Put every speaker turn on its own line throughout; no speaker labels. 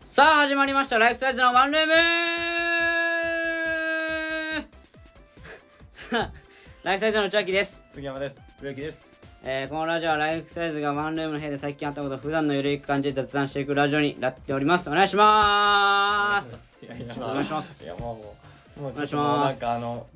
さあ始まりましたライフサイズのワンルーム さあライフサイズの内脇です、
杉山です。植木です。
えーこのラジオはライフサイズがワンルームの部屋で最近あったことを普段のゆるい感じで雑談していくラジオになっておりますお願いします
いやいや
お願いします
いやもうもうもう
願いし
ちょっともう
ま
な
す
んかあの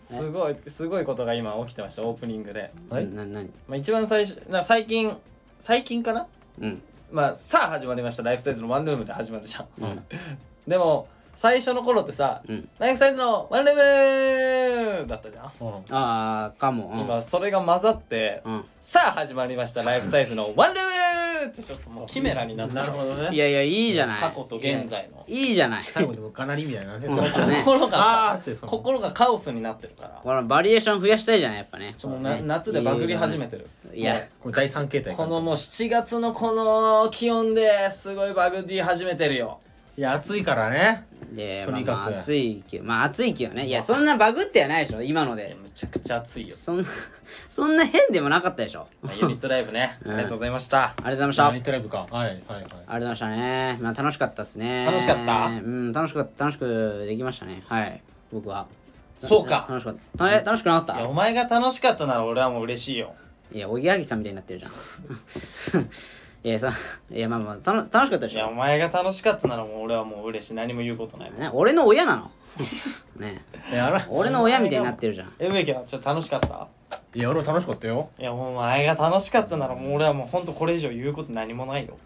すごいすごいことが今起きてましたオープニングで。
なな何
まあ一番最初な最近最近かな。
うん
まあさあ始まりましたライフサイズのワンルームで始まるじゃん。
うん
でも最初の頃ってさ、
うん
ライフサイズのワンルームだったじゃん。
ああかもうん
今それが混ざって、
うん
さあ始まりましたライフサイズのワンルームってちょっともうキメラになった。
なるほど
い
ね。
やいやいいじゃない
過去と現在の。
いいじゃない
最後でもかなりみたいなね。
そうだね
心
あ
が
ーってその
心がカオスになってるから
このバリエーション増やしたいじゃないやっぱね
ちょっとな夏でバグり始めてる
いや
これ第三形態。
このもう7月のこの気温ですごいバグり始めてるよ
いや暑いからね。
で、
と
まあ、
にかく
まあ暑いけどまあ暑いけどねいやそんなバグってはないでしょ今の
いや
で
むちゃくちゃ暑いよ
そんな そんな変でもなかったでしょ
まあユニットライブねあり がとうございました
ありがとうございま
ナ
し
イトライブか。はいはいはい。
たありがとうございましたねまあ楽しかったですね
楽しかった
うん楽しかった楽しくできましたねはい僕は
そうか
楽しかったえ楽しくなか
い
っ
やお
た
前が楽しかったなら俺はもう嬉しいよ
いやおぎやはぎさんみたいになってるじゃん いやさいやまあまあたの楽しかったで
い
し
やお
ょ
前が楽しかったならもう俺はもう嬉しい何も言うことないもん
ね俺の親なのね
いやあら
俺の親みたいになってるじゃん
え植木はちょっと楽しかった
いや俺楽しかったよ。
いやお前が楽しかったならもう俺はもうほんとこれ以上言うこと何もない よ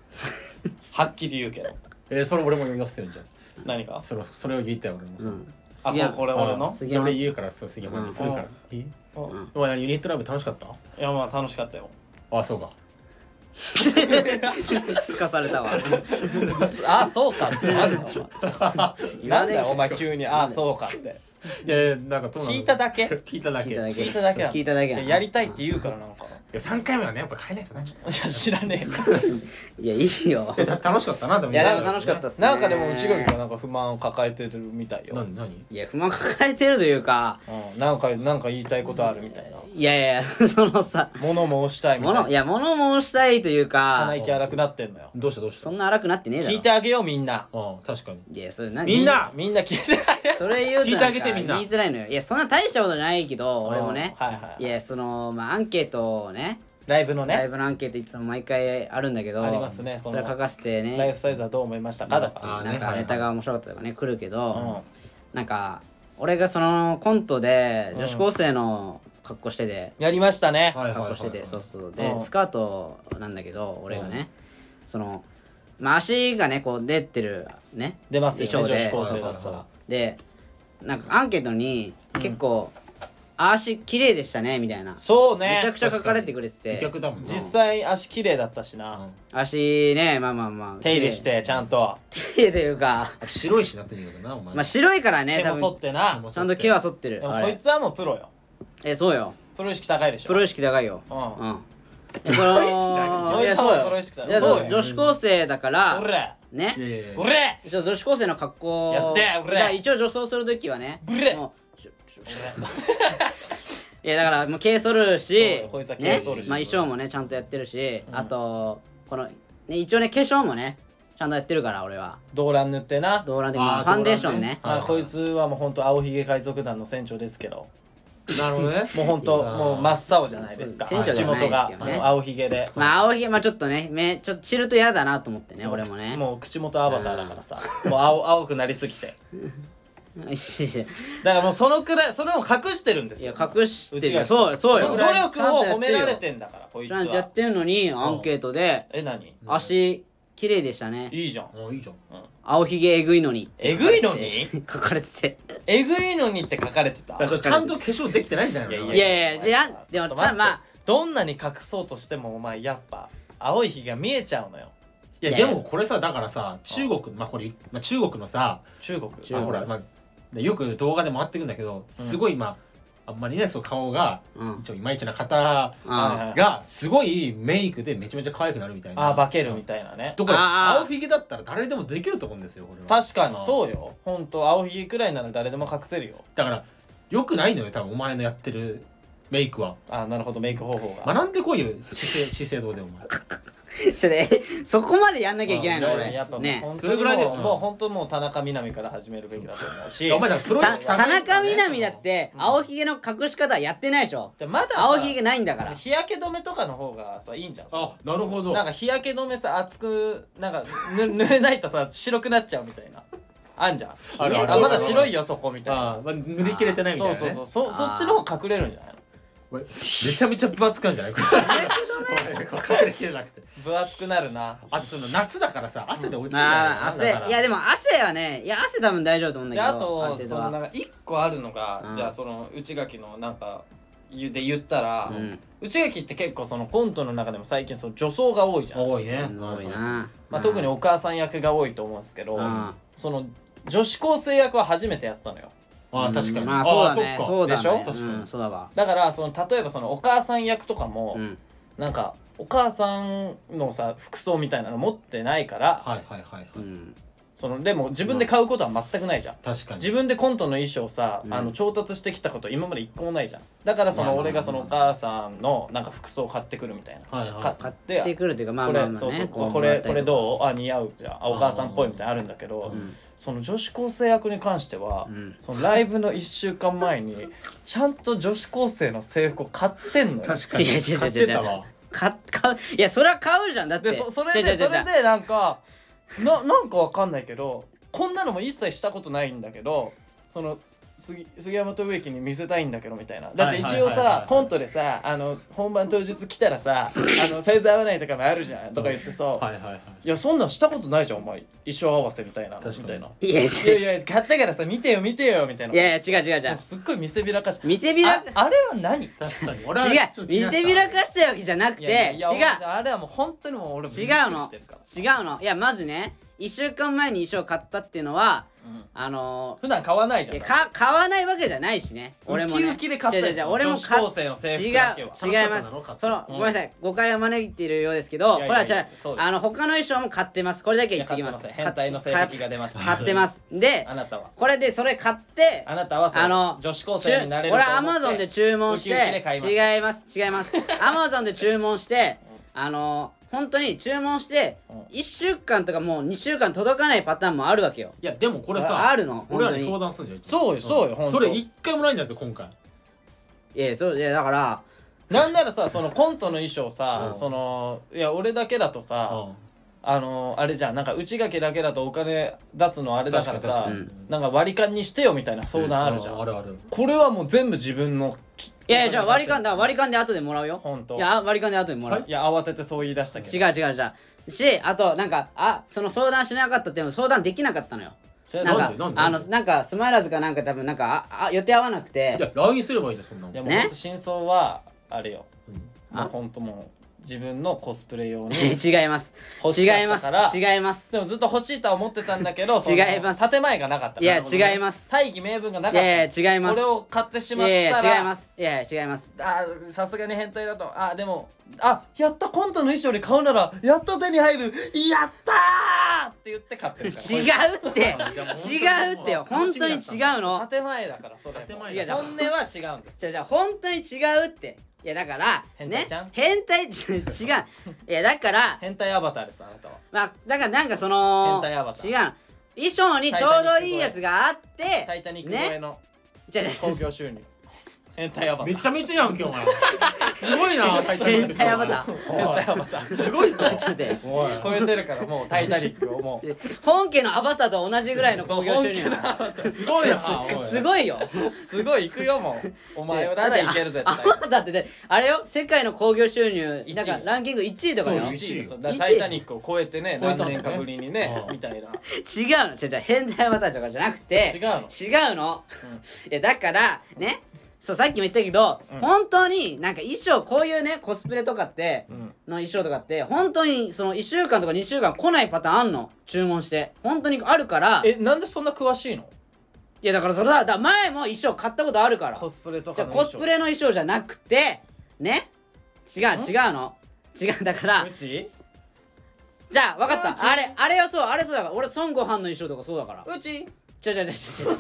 はっきり言うけど
えーそれ俺も言わせてるじゃん。
何か
それそれを言ったよ俺
う
も。
ん
あ
杉山
これ俺の
あ
杉
じゃ
山
あ俺言うからそう杉山に来るから。いい？
お
お前ユニットライブ楽しかった？
いやまあ楽しかったよ
あそうか。
すかされたわ
あそうかってなんだお前
な
な
だ
んんだ
よ
よ
お
お
前
前急にあそうかって
いやいやなんかどうなの
聞いただけ
聞いただ
聞
け。
いただ
い
け
聞いただけだ
聞いただけ
じ
だ
ゃあやりたいって言うからなんか
や三回目はねやっぱ変えないとね。
いや知らねえよ
いやいいよ
えた楽しかったなでも。
いやでも楽しかったっすね
なんかでも内垣がなんか不満を抱えてるみたいよ
何何？
いや不満抱えてるというか
うんなんかなんか言いたいことあるみたいない
やい やそのさ
物申したいみた
物
い
い
な
や物申したいという
鼻
か
息荒くなってんのよ
どうしたどうした
そ？んな荒くなってねえだろ
聞いてあげようみんな
あ確かに。
いやそれ何
みんな
みんな聞いてあげよう
それ言うとんか
聞いてあげてみんな
言いづらいのよいやそんな大したことじゃないけど俺もね
はいはい
いやそのまあアンケートをね
ライブの
ライ
ね
ブのアンケートいつも毎回あるんだけど
ありますねこ
そ
の
れ書かせて
ライ
ね
フサイズはどう思いましたかだか
あ
なんか
ね
ネタが面白かったとかね来るけ
らうん
どなんか俺がそのコントで女子高生の格好してて
やりましたね
はいはい
格
はいは
好
い
しててそうそう
う
で
ん
スカートなんだけど俺が
う
ねそのまあ足がねこう出てるね
出ますよ
衣装
ね女
で
子高生だ
そう
った
そうそう
ら
でなんかアンケートに結構「あ足綺麗でしたね」みたいな
そうね
めちゃくちゃ書かれてくれて
美
て
脚だもんな
実際足綺麗だったしな、
足ねまあまあまあ
手入れしてちゃんと
綺麗というか
あ白いしなってみるけどなお前
まあ白いからね
手
多
も剃っ
分
てな
ちゃんと毛は剃って
で
る
も
あ
こい
れ
つはもうプロよ
えそうよ
プロ意識高いでしょ
プロ意識高いよ
うん
うんえその
高い
いやそう
プロ
よ
意識高い
いやそう
そうよ
女子高生だから
おれ
ね
いやいやいや
おれ
一応女子高生の格好
やって俺
だから一応女装する時はね
ブレ
もうちょちょいやだからもう毛剃るし
そうこいつは
ね
毛剃るし
まあ、衣装もねちゃんとやってるし、あとこの、ね、一応ね化粧もねちゃんとやってるから俺は
動乱塗ってな
動乱で
あー
まあファンデーションね
動乱
あこいつはもうほんと青ひげ海賊団の船長ですけど
なるほ どね
もうほんと
いやー
もう真っ青じゃないですか
船長
口
じゃないですけ
元
どね
がもう青ひげで
まあ青ひげまあちょっとね目ちょっと散ると嫌だなと思ってね俺もね
もう口元アバターだからさもう青青くなりすぎて
いや
だからもうそのくらいそれを隠してるんで す
いや
よ
隠してるよ
内垣
そうよそう
そ
よ
の
俺
努力を
ちゃん
褒
と
め
やってる
ら
よ
れてんだからこいつ
ちゃんとやっ
は
てるのにアンケートで
え何
足綺麗でしたね
いいじゃん
もういいじゃん
青ひげえぐいのに
えぐいのに
書かれてて
えぐいのにって書かれてた
だからちゃんと化粧できてないじゃないの
いやいやじゃあでも
ちょっと待って
まあ
どんなに隠そうとしてもお前やっぱ青い日が見えちゃうのよ
いやでもこれさだからさ中国まあこれ、まあ、中国のさ
中国
中
あ
国
ほら、まあ、よく動画で回ってくんだけどすごいまあ、あんまりねそう顔が
うん
一応いまいちな方
あ
はいはい
がすごいメイクでめちゃめちゃ可愛くなるみたいな
あー化けるみたいなね
ところ
あー
青ひげだったら誰でもできると思うんですよこれは
確かに
あー
そうよほんと青ひげくらいなら誰でも隠せるよ
だからよくないのよ多分お前のやってるメイクは
あーなるほどメイク方法が
学んでこいよ資生資生堂でお前
それそこまでやんなきゃいけないの
まあ
俺
い
やっぱもう
ね
本当
そ
に
れぐらいで
もう
うん
もう本当もう田中みな実から始めるべきだと思うし
いやお前だからプロ意識
田
高いん
中
だね
みな実だって青ひげの隠し方やってないでしょ
じゃあまださ
青ひげないんだから
日焼け止めとかの方がさいいんじゃん
あなるほど
なんか日焼け止めさ厚くなんかぬ 濡れないとさ白くなっちゃうみたいなあんじゃん
ある
ある
あまだ白いよそこみたいな
あー、まあ、塗り切れてないみたい
そ
な、
う
ね、
そうそうそそっちの方隠れるんじゃないの
めちゃめちゃ分厚くなんじゃないこれこれ隠れきれなくて
分厚くなるな
あとその夏だからさ汗で落ちる
ああ汗いやで
も
も汗はねいや汗多分大丈夫と思うんだ
で
け
あ
どある
と
程
そ
度
の
は
なんか一個あるのが、
うん
じゃあその内垣のなんか言うで言ったら、
うん
内垣って結構そのコントの中でも最近その女装が多いじゃん
多いね
多いな
まあ、特にお母さん役が多いと思うんですけど、
うん
その女子高生役は初めてやったのよ
あー確かに、
うんまあそうだ
あ
ね
ーそっか
そうだね
でしょ
確かに
うんそうだわ
だからその例えばそのお母さん役とかも、
うん
なんかお母さんのさ服装みたいなの持ってないから、
はいはいはいはい
うん
そのでも自分で買うことは全くないじゃん、
確かに
自分でコントの衣装さ、
うん
あの調達してきたこと今まで一個もないじゃんだからそ
まあ
の
まあ
俺がそのお母さんのなんか服装を買ってくるみたいな、
はいはい
買っ
買っててくるというかまあ
こ
ま
れ、
あまあ
そうそう
ね
こ
う
れこれどうあ似合うじゃんあお母さんっぽいみたいなのあるんだけど、
ん
その女子高生役に関しては、
うん
そのライブの1週間前にちゃんと女子高生の制服を買ってんのよ
確かに
いや違う違う違う
買ってたわ
買っ買ういやそれは買うじゃんだって
でそそれ
違う違
で
う
そ
違
れ
う
でなんかななんかわかんないけどこんなのも一切したことないんだけどその杉杉山と植木に見せたいんだけどみたいなだって一応
はいはいはいは
さ
い
コントでさあの本番当日来たらさあのサイズ合わないとかもあるじゃんとか言ってさ、
はいはいはい
い、やそんなんしたことないじゃんお前衣装合わせみたいな
確かに
みたいない
や違
や
う
いや買ったからさ見てよ見てよみたいない
やいや違う違う違
なん
う
かすっごい見せびらかし
見せびら
ああれは何
確かに俺はちょっ
違
と
う
気に
見
なってた
せびらかしたわけじゃなくて
いやいやいや
違う
あれはもう本当にもう俺もび
違
っくり
うの
してるから
違うのいやまずね1週間前に衣装買ったっていうのは
うん
あの
普段買わないじ
ー
ゃん
いやか買わないわけじゃないしね俺もね
ウキウキで買ったよ
違う違う違う俺も
女子高生の制服だけは
違う違いま
楽しかったの買っ
す
た
そのご
うん
めんなさい誤解を招いているようですけど
い
こ
や
れ
い
は
や
違
いや
う
そうです
あの他の衣装も買ってますこれだけ言
いや
ってき
買って
ま
ますせん変態の性癖が出ました
買ってますで
あなたは
これでそれ買って
あなたはそう
あの
女子高生になれると
俺
思って
アマゾンで注文して
ウキウキで買いまし
違います違い ますアマゾンで注文してあの本当に注文して
うん
1週間とかもう2週間届かないパターンもあるわけよ
いやでもこれ
あ
さ
あるの
俺
本
ら
当
に
に
相談するじゃん
そうよそうよほんと
それ一回もないんだって今回
いやそういやだから
なんならさそのコントの衣装さ、
うん
そのいや俺だけだとさ、あのあれじゃんなんか内掛けだけだとお金出すのあれだから
確
さ
かに
確か
なんか割り勘にしてよみたいな相談あるじゃん、
あるある
これはもう全部自分のき
いやいやじゃあ割り勘だ割り勘で後でもらうよ
本当
いや割り勘で後でもらう、
いや慌ててそう言い出したけど
違う違う違うしあとなんかあその相談しなかったっていうの相談できなかったのよ
それ
なん
は
か
なんでなんで
あのなんかスマイラーズかなんか多分なんかああ予定合わなくて
いや LINE すればいいじゃんそんなもん
いやもう
ね
ほんと真相はあれよ、
うん
もうほんともう自分のコスプレ 用に
違います
欲しか
違い
った
ます
から
違います
でもずっと欲しいとは思ってたんだ けどその
違います
建前がなかった
いや
なるほどね
違います
大義名分がなかっ
い
た
やいや違います
これを買ってしまっ
いや
たら
いや違いますいやいや違います
あーさすがに変態だとあーでもあやったコントの衣装に買うならやっと手に入るやったーって言って買ってるから
違うって違うってよ本当に違うの
建前だからそれも
建
本
前
だ
音
から
は違うんです
じゃあじゃあ本当に違うっていやだから
変態ちゃん
ね、変態ち違ういやだから
変態アバターですあなたは
まあだからなんかその
変態アバター
違うの衣装にちょうどいいやつがあって
タイタニック超え
ね
の
じゃあじゃ
興行収入変態アバタ
め
ー
ちゃめちゃやんけお 前すごいな
あ変態アバター
変態アバター
すごいぞ
ちょっと待って
おい
超えてるからもうタイタニックをもう
本家のアバターと同じぐらいの
そう
興行収入
本気のアバター
すごいなおい
すごいよ
すごい行くよもうお前ならいけるぜって
アバターってねあれよ世界の興行収入なんか
一位
ランキング1位とかよ
そう
違う
一
1位そうだ
1
からタイタニックを超えてね
超え
何
たんだね
年かぶりにね
うん
みたい
の
な
違う違う変態アバターとかじゃなくて
違うの
違うの、いやだからねそうさっきも言ったけど、
うん
本当になんか衣装こういうねコスプレとかって、
うん
の衣装とかって本当にその1週間とか2週間来ないパターンあんの注文して本当にあるから
えなんでそんな詳しいの
いやだからそれはだから前も衣装買ったことあるから
コスプレと
じ
か
ゃあ
の
コスプレの衣装じゃなくてね違う違うの違うだから
うち
じゃあ分か
う
っ
ち
たあれあれよそうあれそうだから俺孫悟飯の衣装とかそうだから
うち
ちょちょちょちょちょ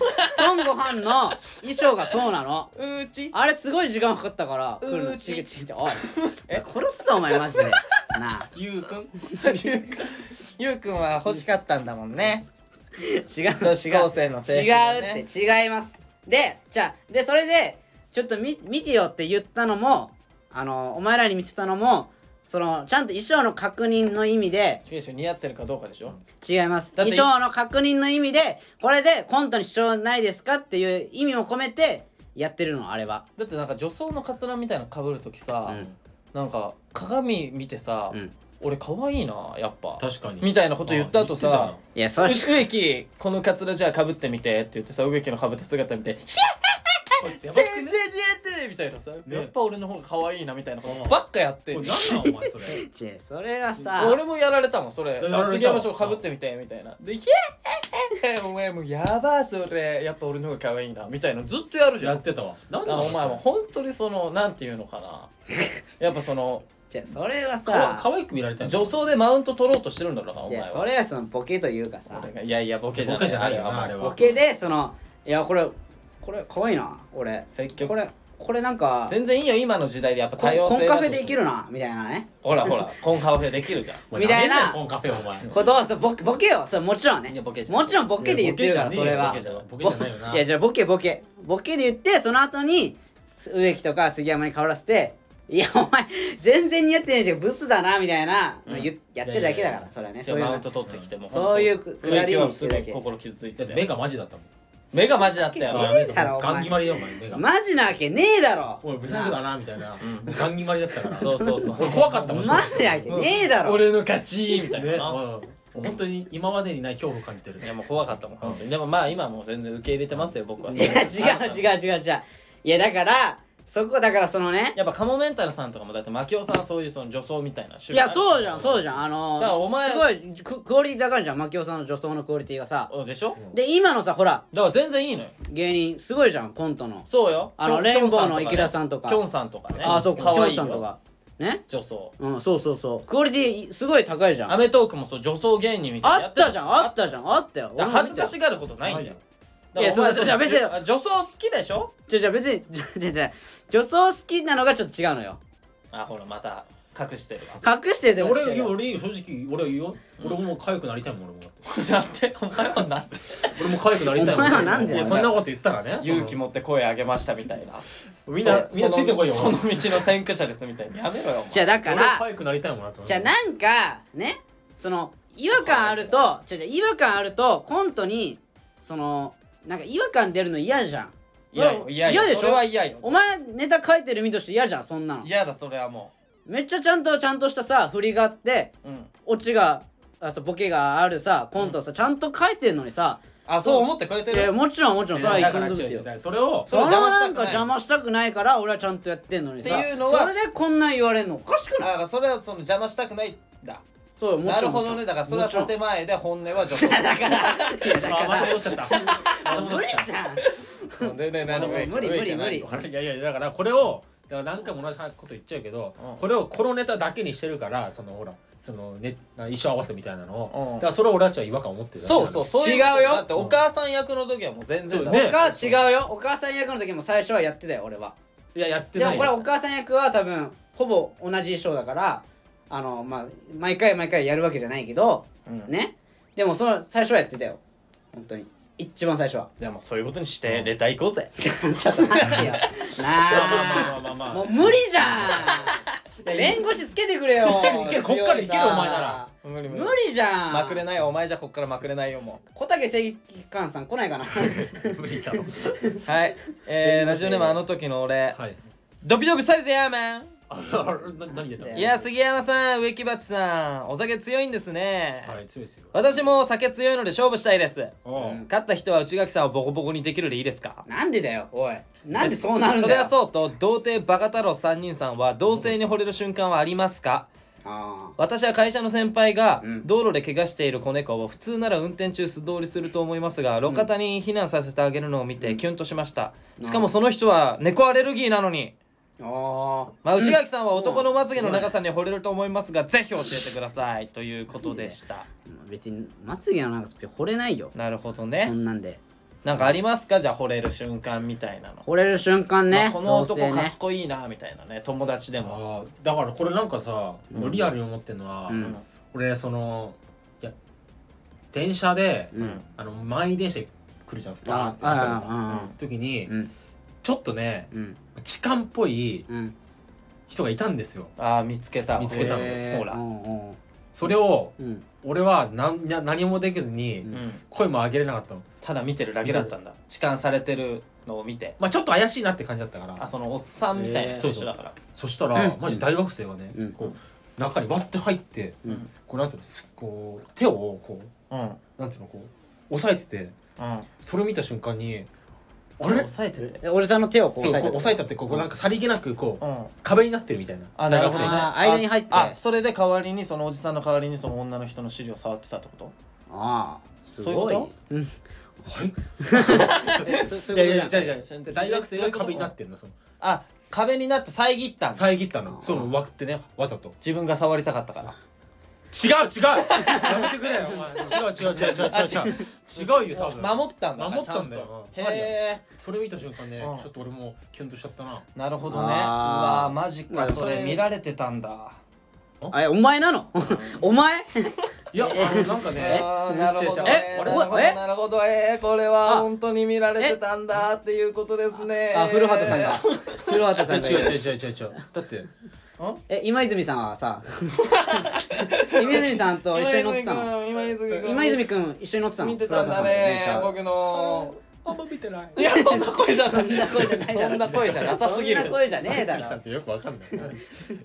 孫悟飯の衣装がそうなの
うち
あれすごい時間かかったから
う
来るの
ち
違う違う違うおい
え
殺すぞお前マジでなあ
ゆうくん
ゆうくんは欲しかったんだもんね
違う
女子高生の制服
違
だ
う
ね
って違いますでじゃあでそれでちょっと見見てよって言ったのもあのお前らに見せたのもそのちゃんと衣装の確認の意味で
違うでしょ似合ってるかどうかでしょ
違います
だっ
衣
て
装の確認の意味でこれでコントに支障ないですかっていう意味も込めてやってるのあれは
だってなんか女装のカツラみたいなのかぶるとき
う
さ、
ん
なんか鏡見てさ、
うん
俺可愛いなやっぱ
確かに
みたいなこと言った後さ
あ
いやそれ
植木このカツラじゃあかぶってみてって言ってさ植木のかぶった姿見て「
言ってたなこいつやば
全
くて
然
ね
似合ってる!」みたいなさ、
ね
やっぱ俺の方が可愛いなみたいなこと
うん
ばっかやって
こ
る
れ何なんお前それ
違うそれはさ
俺もやられたもんそれ
やられた
杉山町かぶってみてみたいなで「ヒャッお前もうやばそれやっぱ俺の方が可愛いな」みたいなずっとやるじゃ
や
ん
ってたわ何な
あ
の
お前も本当にそのなんていうのかなやっぱその
違うそれは
かわ
さ
可愛く見られたいの
女装でマウント取ろうとしてるんだろうなお
い
前
やそ
は
れはそのボケというかさ
俺がいやいやボケじゃ
ボケじゃ
な
ない
い
よなあれは
ボケでそのいやこれこれ可愛いな俺
積極
これこれなんか
全然いいよ今の時代でやっぱ
コ
多様
ンコ
性
ン
だ
カ
し
フェでいけるなみたいなね
ほらほらコンカフェできるじゃん
お前
みたいな
舐めんよこのカフェお前
ことをそうボケボケよそれもちろんね
いやボケじゃん
もちろんボケで言ってるから
いや
それは
ボケじゃねえよボケじゃないよ ない
やじゃあボケボケボケで言ってその後に植木とか杉山に被らせていやお前全然似合ってないじゃんブスだなみたいな、
うん
言やってるだけだか
いやいやい
ら
や
それはね
じ
そ
ゃあ
うい
マウ
う
ント取ってきてもう
そういうくくだり
は
に
す
す
ご
るだ
い
け
心傷つい
だ
て
って
て
目がマジだったもん
目がマジだった
い
よ
や
目
だろ
が
お前
ガン決まりだよお前目が
マジなわけねえだろ
おいブサイクだなみたいなガン決まりだったから
そうそうそう
俺怖かったもん
マジなわけねえだろ、
俺の勝ちみたい
ね
な、
うん本当に今までにない恐怖を感じてる
いやもう怖かったもん本当にでもまあ今はもう全然受け入れてますよ僕はい
や違う
う
違う違う違ういやだからそこだからそのね
やっぱカモメンタルさんとかもだってマキオさんはそういうその女装みたいない
やそうじ
ゃ
ゃんそうじゃんあのー、
だからお前
すごいククオリティ高いじゃんマキオさんの女装のクオリティがさ
んでしょ
で今のさほら
だから全然いいのよ
芸人すごいじゃんコントの
そうよ
あの
キョ
レインボーの
キョ
池田さんとか
キョンさんとかね
あそうか
かわ
キョ
い
ン
い
さんと
よ
かね
女装
うんそうそうそうクオリティすごい高いじゃん
ア
あ
メトークもそう女装芸人みたいなのや
って
る
たじゃんあったじゃんあったよ
だから恥ずかし
い
がることないんだよ
いや
だからお
そ
前
うそうじゃあ別に
あ女装好きでしょ
じゃじゃ別にじゃじゃじゃ女装好きなのがちょっと違うのよ
あほらまた隠してるわ
隠してて
で俺いや俺いいよ正直俺は言うよ俺もかゆくなりたいもん俺もだって
なんてお前はなんて
俺もかゆくなりたいも
お前はなんで
いやそんなこと言ったらね
勇気持って声上げましたみたいな
そのみんな
そ
みんなついてこいよ
そのその道の先駆者ですみたいにやめろよお前
じゃあだか
俺
ら
かゆくなりたいもんなって
じゃあなんかねその違和感あるとじゃじゃ違和感あるとコントにそのなんか違和感出るの嫌じゃん
いやよいやよ
嫌でしょ
それは嫌よ
お前ネタ書いてる身として嫌じゃんそんなの
嫌だそれはも
めっちゃちゃんとちゃんとしたさ振りがあって
ううん
オチがあとボケがあるさコントさ、ちゃんと書いてんのにさ
あそう思ってくれて
いや
る
もちろんもちろんそれは
だ
行
か
く
ら
んどっ
違う
て
違う
よ
だからそれを
そ
そ
れ
の
は邪魔した
な
くない
んか邪魔したくないから俺はちゃんとやってんのにさ
っていうのは
それでこんなん言われるのおかしくない
あそれはその邪魔したくないんだ
そうよも
な
ち
る
ろんも
ほ
ちろ
ど
ん
ねだからそれは
もちろん
建前で本音は女 装
だからいやだか
あまた
ら
戻っち ゃったまた戻
無
っ
理
ちゃっ
じゃん
でね何も
無理無理無理
たいやいやだからこれをだから何回も同じこと言っちゃうけど
うん
これをこのネタだけにしてるからそのほらそのね衣装合わせみたいなの
うん
をだからそれを俺たちは違和感を持ってるだけ
そ
なん
う
だ
そうそういう
違うよ
だってお母さん役の時はもう全然だ
そう
お
ね
母違うよお母さん役の時も最初はやってたよ俺はい
ややって
で
な
も
い
これお母さん役は多分ほぼ同じ衣装だからあのまあ毎回毎回やるわけじゃないけど
うん
ねでもその最初はやってたよ本当に一番最初は
じゃあもうそういうことにしてレター行こうぜ
ちょっと待ってよ
まあま
な
あまあまあま
あ
あ
もう無理じ ゃん弁護士つけてくれよ
けるいけるこっからいける
強さ
お前なら
無理
無理じゃん
まくれないよお前じゃこっからまくれないよも
小竹正義官さん来ない かな
無理だろ
うはいえー、ラジオネームあの時の俺
はい
ドビドビサイズヤーマン
あな何出た
い
いや杉山さん植木鉢さんお酒強いんですね、
はい強いですよ
私も酒強いので勝負したいです
おう
うん
勝った人は内垣さんをボコボコにできるでいいですか
なんでだよおいなんでそうなるんだよ
それはそうと童貞バカ太郎3人さんは同性に惚れる瞬間はありますか
あ
私は会社の先輩が
うん
道路で怪我している子猫を普通なら運転中素通りすると思いますが路肩に避難させてあげるのを見てキュンとしましたしかもその人は猫アレルギーなのに
ーあ
まあ、内垣さんは男のまつげの長さに惚れると思いますが、ぜひ教えてくださいということでした。
ー別にまつげの長さって惚れないよ
なるほど
そ
ね。
んなんで
なんかありますかじゃあ惚れる瞬間みたいなの、
惚れる瞬間
ま
ね、
あこの
同
男
棲
かっ
ね
こいいなみたいなね友達でも
あーだからこれなんかさ、俺リアルに思ってるのは、
うん
俺そのいや電車で、
うん
あの満員電車来るじゃんバーン
あ
って朝の
あ
時に、
うんうん
ちょっとね
うん
痴漢っぽい
うん
人がいたんですよ
ああ見つけた
見つけたんですよ
へー
ほら
うんうん
それを
うん
俺は何な何もできずに、
うん
声も上げれなかったの
ただ見てるだけだったんだ痴漢されてるのを見て
まあちょっと怪しいなって感じだったから
あそのおっさんみたいな
えー
人一緒だから、
そしたら、
うん
マジ大学生がね、
うん
こう中に割って入って、
うん
こうなんていうのふこう手をこ
うん
うなんていうのこう押さえてて
うん
それ見た瞬間に
あ
あ
れ
れ
抑えてる
えおじさんの手をこう
こう
押さえ
押さえ
た
たってこうこうなんかさりげなくこう、
うん
壁になってるみたいな
あなるほど
大
ね
学
あー間に入って
あそれで代わりにそのおじさんの代わりにその女の人の尻を触ってたってこと
ああす
そういうこ
ごい
と
うん
生
えそそ
は
う
いいや
い
いうや
こと
違
じゃん
う違う違う大学生が壁になってるのその
あ壁になって遮ったんだ
遮ったのその枠ってねわざと
自分が触りたかったから
違う違う やめてくれよお前違う違う違う違う違う違うよ多分
守ったんだな
守ったんだ
ちゃ
よ
とへえ
それ見た瞬間ね
うん
ちょっと俺もキュンとしちゃったな
なるほどね
あ
う
ー
わーマジ
まあ
か
でもそ
そ
れ
れ見られてたんだ
あえお前なのお前
いやあのなんかね
あーなるほどね
え
なるほど
え
なるほどえーこれは
あ
本当に見られてたんだっていうことですね
あ古畑さんが古畑さんがい
違う
る
違う違う違う違うだって
え今泉さんはさ今泉さんと一緒に乗ってたの
今泉君
今泉くん一緒に乗ってたの
見てたんだね僕の
あんま見てない
いやそんな声じゃないそんな
声じゃないだろ
声じゃなさすぎ
そん
る
な声じゃねえだ
杉
ろ
さんってよくわかんないい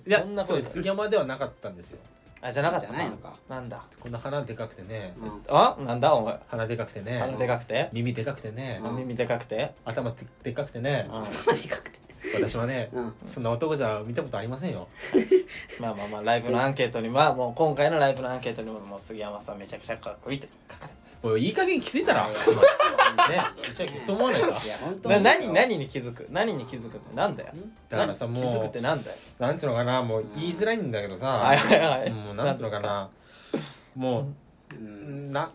そ
や
んな
で
声
も杉山ではなかったんですよ
あじゃなかった
じゃないのか
なんだ
こんな鼻でかくてね
あなんだお前
鼻でかくてね
鼻でかくて
耳でかくてね
うん
耳でかくて
頭ででっかくてね
うん
マジかくて
私はね
うん
そんな男じゃ見たことありませんよ
まあまあまあライブのアンケートにはもう今回のライブのアンケートにももう杉山さんめちゃくちゃかっこいいって書かれて
おいいい加減気づいたらねじゃあそう思わないか
本当
たな
に
何何に気づく何に気づくってなんだよ
だからさ
何
もう
気づくってなんだよ
なんつうのかなもう言いづらいんだけどさ
はいはいはい
もうなんつうのかなも
う
うんな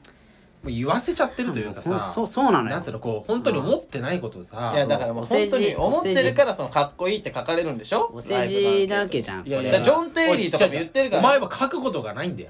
もう言わせちゃってるというか
ほん
さ
そうそうなの
な
よ
んつうのこう本当に思ってないことをさ
いやだからもう本当に思ってるからそのかっこいいって書かれるんでしょ
お世辞なわけ
じ
じゃん
いやい
だか
や
らジョン・テイリーとかも
おい
言ってるから
お前は書くことがないんだよ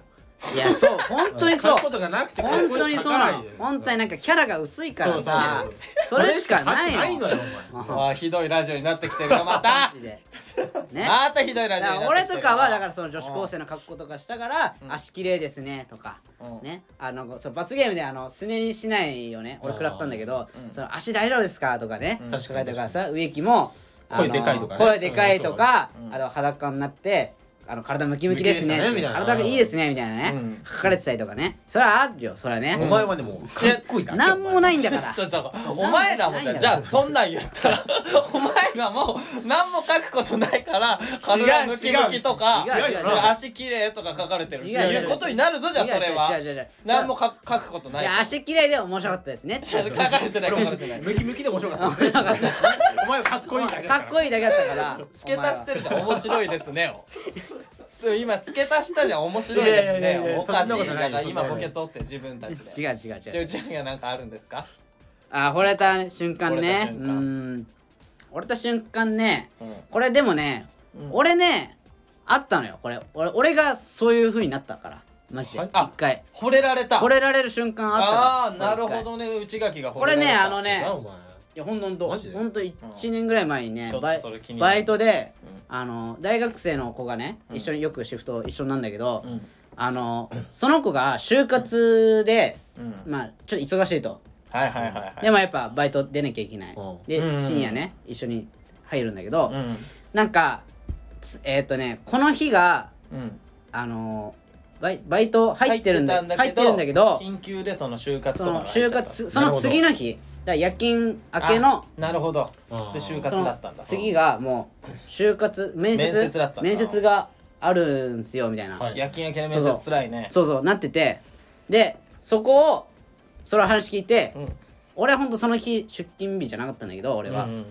いやそう本当にそう
書くことがなくてかっ
本
こよ
当
く
に
書
そ
か
う
な
ないの
で
本当になんかキャラが薄いからさ
そうそう
それしかない
書くない
の
のよお前
あーひどいラジオになってきてるよまた
マジで ね
またひどいラ
だ
ジ
か
オにな
ら俺
ってきて
と
る
かはだからその女子高生の格好とかしたから「
うん
足綺麗ですね」とか、
うん
ねあのその罰ゲームであのすねにしないよね俺食らったんだけど
う
「
ん
その足大丈夫ですか?」とかね
うん
とかだからさ植木もあの
声でかいとかね
声でかいとか
そうそう
あと裸になってあの体ムキムキですね
ムキムキでしたねみたいな
体がいいですねみたいなね、
うん
書かれてたりとかねそれはあるよそれはね、
お前はでもかっこいいだけ
なんもないんだか
そ
ら
うだからお前らもじ
ないんだか
ゃ
ら
じゃあそんなん言ったら お前らも何も書くことないから体ムキムキとか
違う違う違う
足綺麗とか書かれてるし
違う違う違う
いうことになるぞじゃあそれ
違う
は
違う違う違う
何も書く書くことないい
や足綺麗で面白かったですね
書かれてない書かれてない
ムキムキで面白かったですねお前はかっこいいだけだ
からっこいいだけだったから
付け足してるじゃん面白いです ねをそう今付け足したじゃん面白い
い
です
やいやいやい
ね
や
をおかし
そんないこと
だ
ない
から
そん
今
なこ
補
とない
欠折って自分たちで
違う違う
じ
違
ゃ
う
あうちらが何かあるんですか
あ惚れた瞬間
惚れた
ね
瞬
う
間
ーん惚れた瞬間ね
うん
これでもね、
うん
俺ねあったのよこれ俺俺がそういう風になったからマジで
はい
一
あ
回
惚れられた
惚れられる瞬間あったから
ああーなる
これ一
ほ
回
どね内垣が
こ
惚
れ
れられた
ねあのね
そうだお前
いやほんとほんと
マジで
ほんと1年ぐらい前にね、
ちょっ
バ
と
イ
それ気になる
バイトで、
うん
あの大学生の子がね一緒によくシフト一緒なんだけど、
うん
あのその子が就活で、
うん
まあちょっと忙しいと
はいはいはいはい
でもやっぱバイト出なきゃいけない、
うん
で、
うんうんうん
深夜ね一緒に入るんだけど、
うん
なんかつえっ、とねこの日が
うん
あのーバイバイト入ってるんだ
入ってた
入ってるんだけど
緊急でその就活と
そ
かが
の
入っ
就
ちゃった
活その次の日だから夜勤明けの
あなるほどで
あー
就
そ
活だ
の
ったんだ
次がもう就活面接
面接だったんだ
面接があるんすよみたいな、
はい
夜勤明けの面接つらいね
そうそうなっててでそこをその話聞いて、
うん
俺はほんとその日出勤日じゃなかったんだけど俺は、
うん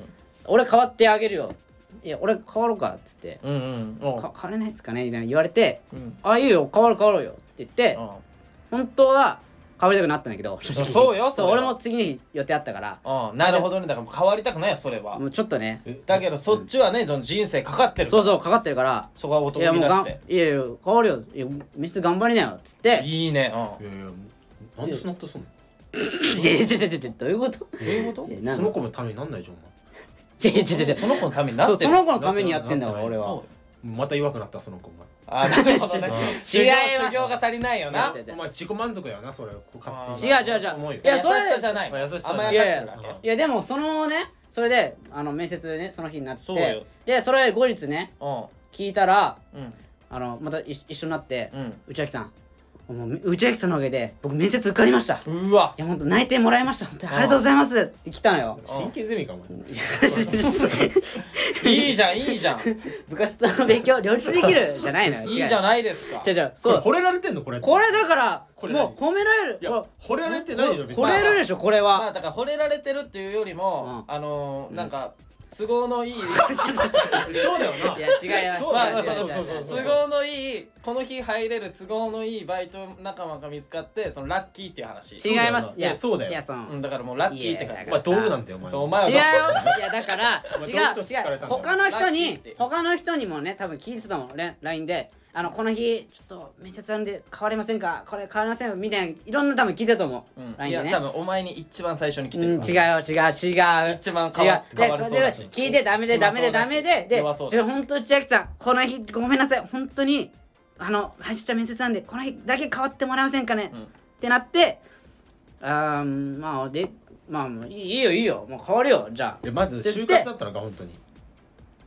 俺代わってあげるよいや俺変わろうかっつって
うんうんうん
か変われないですかねみたいな言われて
うん
あいいよ変わる変わろうよって言って
うん
本当は変わりたくなったんだけど正直
そうよそ
そう
れは
俺も次の日予定あったから
あなるほどねだからもう変わりたくないよそれは
もうちょっとね
だけどそっちはね、その人生かかってるから
そうそうかかってるから
そこは男
いや
気
もう
出
が
し
ん
て
いやいや変わるよいやミス頑張りなよっつって
いいねうん
いやいやなんでそんなことすんの
いやいやいやいやいやどういうこと
どういうこと
いやなん
その子のためになんないじゃんお
いやいやいやいや
その子のためにな
そ
っ
う
て
そ
る
の子のためにやってんだから
なって
俺
る
は
そう
前また弱くなったその子が
あなるほどね
うん
修行
違います
修行が足りないよな
違う違う違う
お前自己満足やなそれを勝手
違
に
う違う違う
思よ
いやそれ
優しさじゃない
まあ優しさ
甘やかしてるわ
いやい
け
や
いやでもそのねそれであの面接ねその日になっ
そうよ
てでそれ後日ね
う
聞いたら
んうん
あのまた一一緒になって
うん
内明さんもう内明さんのおかげで僕面接受かりましたいう
わ
や本当内定もらいました本当にありがとうございますって来たのよ
真剣ゼミかお前
いいじゃんいいじ ゃんい
部活と勉強両立できるじゃないのよ
いじゃないですか
違う違う
こ
そ
れ
う
惚れられてんのこれ
これだから
これ何
もう褒められる
いや
こ
惚れられてないよ別に
惚れるでしょこれ
まあ
は
だから惚れられてるっていうよりも、
う
あのーなんか都 合のいい
そうだよない
や違います
そうだよな
違います
そうそうそう
都
そう
合のいいこの日入れる都合のいいバイト仲間が見つかってそのラッキーっていう話
違います
いやそうだよ
いやその
うん、だからもうラッキーって感
いやい
じ
や
お前道具なんだよお前
そうお前は
違うよいやだから
お前
違う
どういうこと聞かれ
違うん
ただよ
他の人
ラッキー
に
って
他の人にもね多分聞いてたもんね LINE で「あのこの日ちょっと面接なんで変わりませんかこれ変わりませんよ」みたいないろんな多分聞いてたと思う、
うん、い
LINE
や
で
多
ね。
分お前に一番最初に来
うん
て
違
る
う
う
よ違う違う
一
違
番変わ
う
変わるそう
で
だし
聞いてダメでダメでダメでで
弱そう
ち
だ
ょ
し
本当千秋さんこの日ごめんなさい本当にあの配信者面接なんでこの日だけ変わってもらえませんかね、
うん
ってなってあーまあでまあもういいいいよいいよもう変わるよじゃあ
いやまず就活だったのか本当に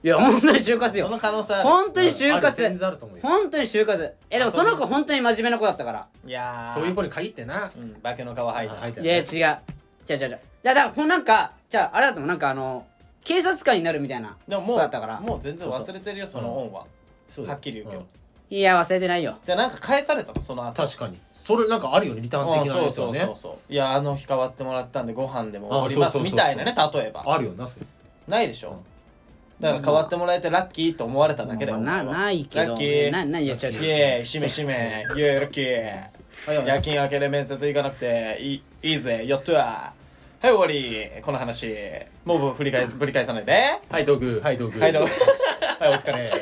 いや本当に就活
そ
よ
の可能性ある
本当に
あ
就
る全
活
然あると思うよ
本当に就活えでも
あそ
そうの子本当に真面目な子だったから
いやー
そういう子に限ってな
うん化けの皮剥い
あ入ったた
いや違う違う違う違ういやだからほんなんかじゃああれだと思うなんかあの警察官になるみたいな
でもも
子
う
だったから
もう全然忘れてるよその恩は
そうだよ
はっきり言うけど、
ん
いや忘れてないよ
じゃあなんか返されたのその後
確かにそれなんかあるよねリターン的な
そ
や
う
つ
そ
は
うそう
ね
そういやあの日変わってもらったんでご飯でも
あ
おります
そうそうそうそう
みたいなね例えば
あるよなそれ
ないでしょだから変わってもらえてラッキーと思われただけだよ
まあな
俺は
ないけ
ラ
ど
ッキー
ななやっちゃう
イエーイしめしめイエーイラッキ
あいや
ー夜勤明けで面接行かなくていいいいぜやったはい終わりこの話もう振り返ぶり返さないで
はい道具はい道具
はいどう
はいお疲 れ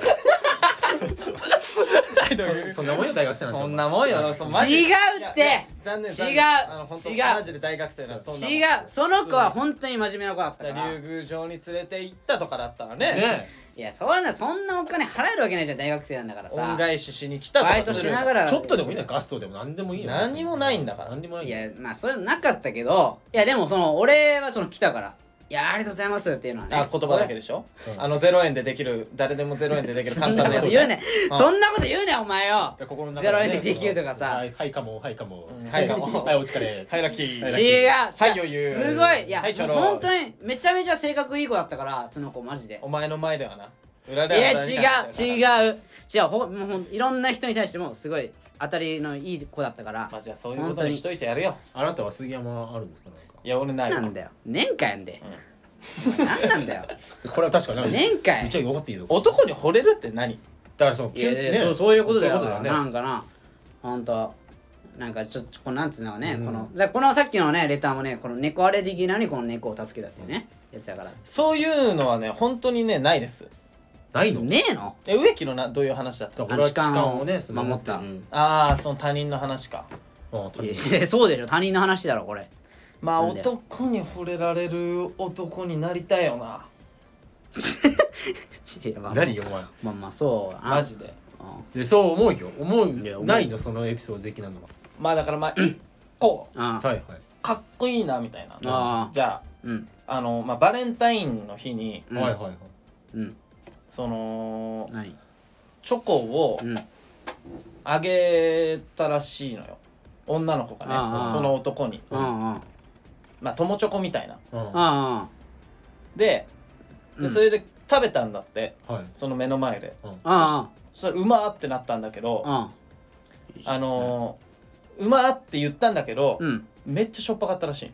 そそんなもんよ大学生なんて
そんなもんよそマジ
違うって
いやいや残念残念
違う
あの本当
違う
マジで大学生なんてそんなもん
違うその子は本当に真面目な子だった
だ
か
から
ら
竜宮城に連れて行ったとかだったらね
ね
いやそんなそんなお金払えるわけないじゃん大学生なんだから
恩
さ
返ししに来たと
バ
か
イト
す
し
る
ながら
ちょっとでもいいなガストでも何でもいいよ
何もないんだから
何でもないいよ
やまあそれなかったけどいやでもその俺はその来たから「いやありがとうございます」っていうのはね
あ言葉だけでしょ、
うん
あの0円でできる誰でも0円でできる
そ
簡
んな
単な
こ
や
と
つ
言うねそんなこと言うねお前よ
で心の
ゼロ
中
円
で
で
ね
できるとかさ
はいはいかもはいかも
うんはいかも
はいお疲れ
はいラッキー
は
違う
い
違う
はい余裕
すごいいや
はいちょろ
本当にめちゃめちゃ性格いい子だったからその子マジで
お前の前ではな裏
い
では
や
な
違う違
う
う違うほもうほんいろんな人に対してもすごい当たりのいい子だったから
まあじゃあそういうことにしといてやるよ
あなたは杉山あるんですかなんか
いや俺ないわ
なんだよ年間やんで何なんだよ
これは確かになんか
年間
めっちゃ怒っていいぞだ
男に惚れるって何
からその
いやいや
ね
そうそういうことだよ
そういうことだ
な
よね
んかなほんとなんかちょっとこうなんつうのね、
うん
このじゃあこのさっきのねレターもねこの猫アレルギーなのにこの猫を助けたっていうねやつだから
そういうのはね本当にねないです
ないの
ねえの
え植木のなどういう話だった
だ
の
から俺は痴漢をね
痴漢を守った
うん
ああその他人の話か
あ
いや いやそうでしょ他人の話だろこれ
まあ
なんだよ
男に惚れられる男になりたいよない
やまあ
何よお前
まあまあそうだな
マジで
うん
でそう思うよ思
いや思
う
う
ないのそのエピソード的なのは
まあだからまあ一個
あ
はいはい
かっこいいなみたいな
あー
じゃ
うん
ああの、まあ、バレンタインの日に
うん
はいはいはい
うん
その
何
チョコを
うん
あげたらしいのよ女の子がね
あー
その男に
うんうんうん
まあ友チョコみたいな
うんは
あ
で
う
で
ん
それで食べたんだって
い
その目の前で
ああ
そしたらうまーってなったんだけ
あ
ど
あ
あのーうまーって言ったんだけど
うん
めっちゃしょっぱかったらしい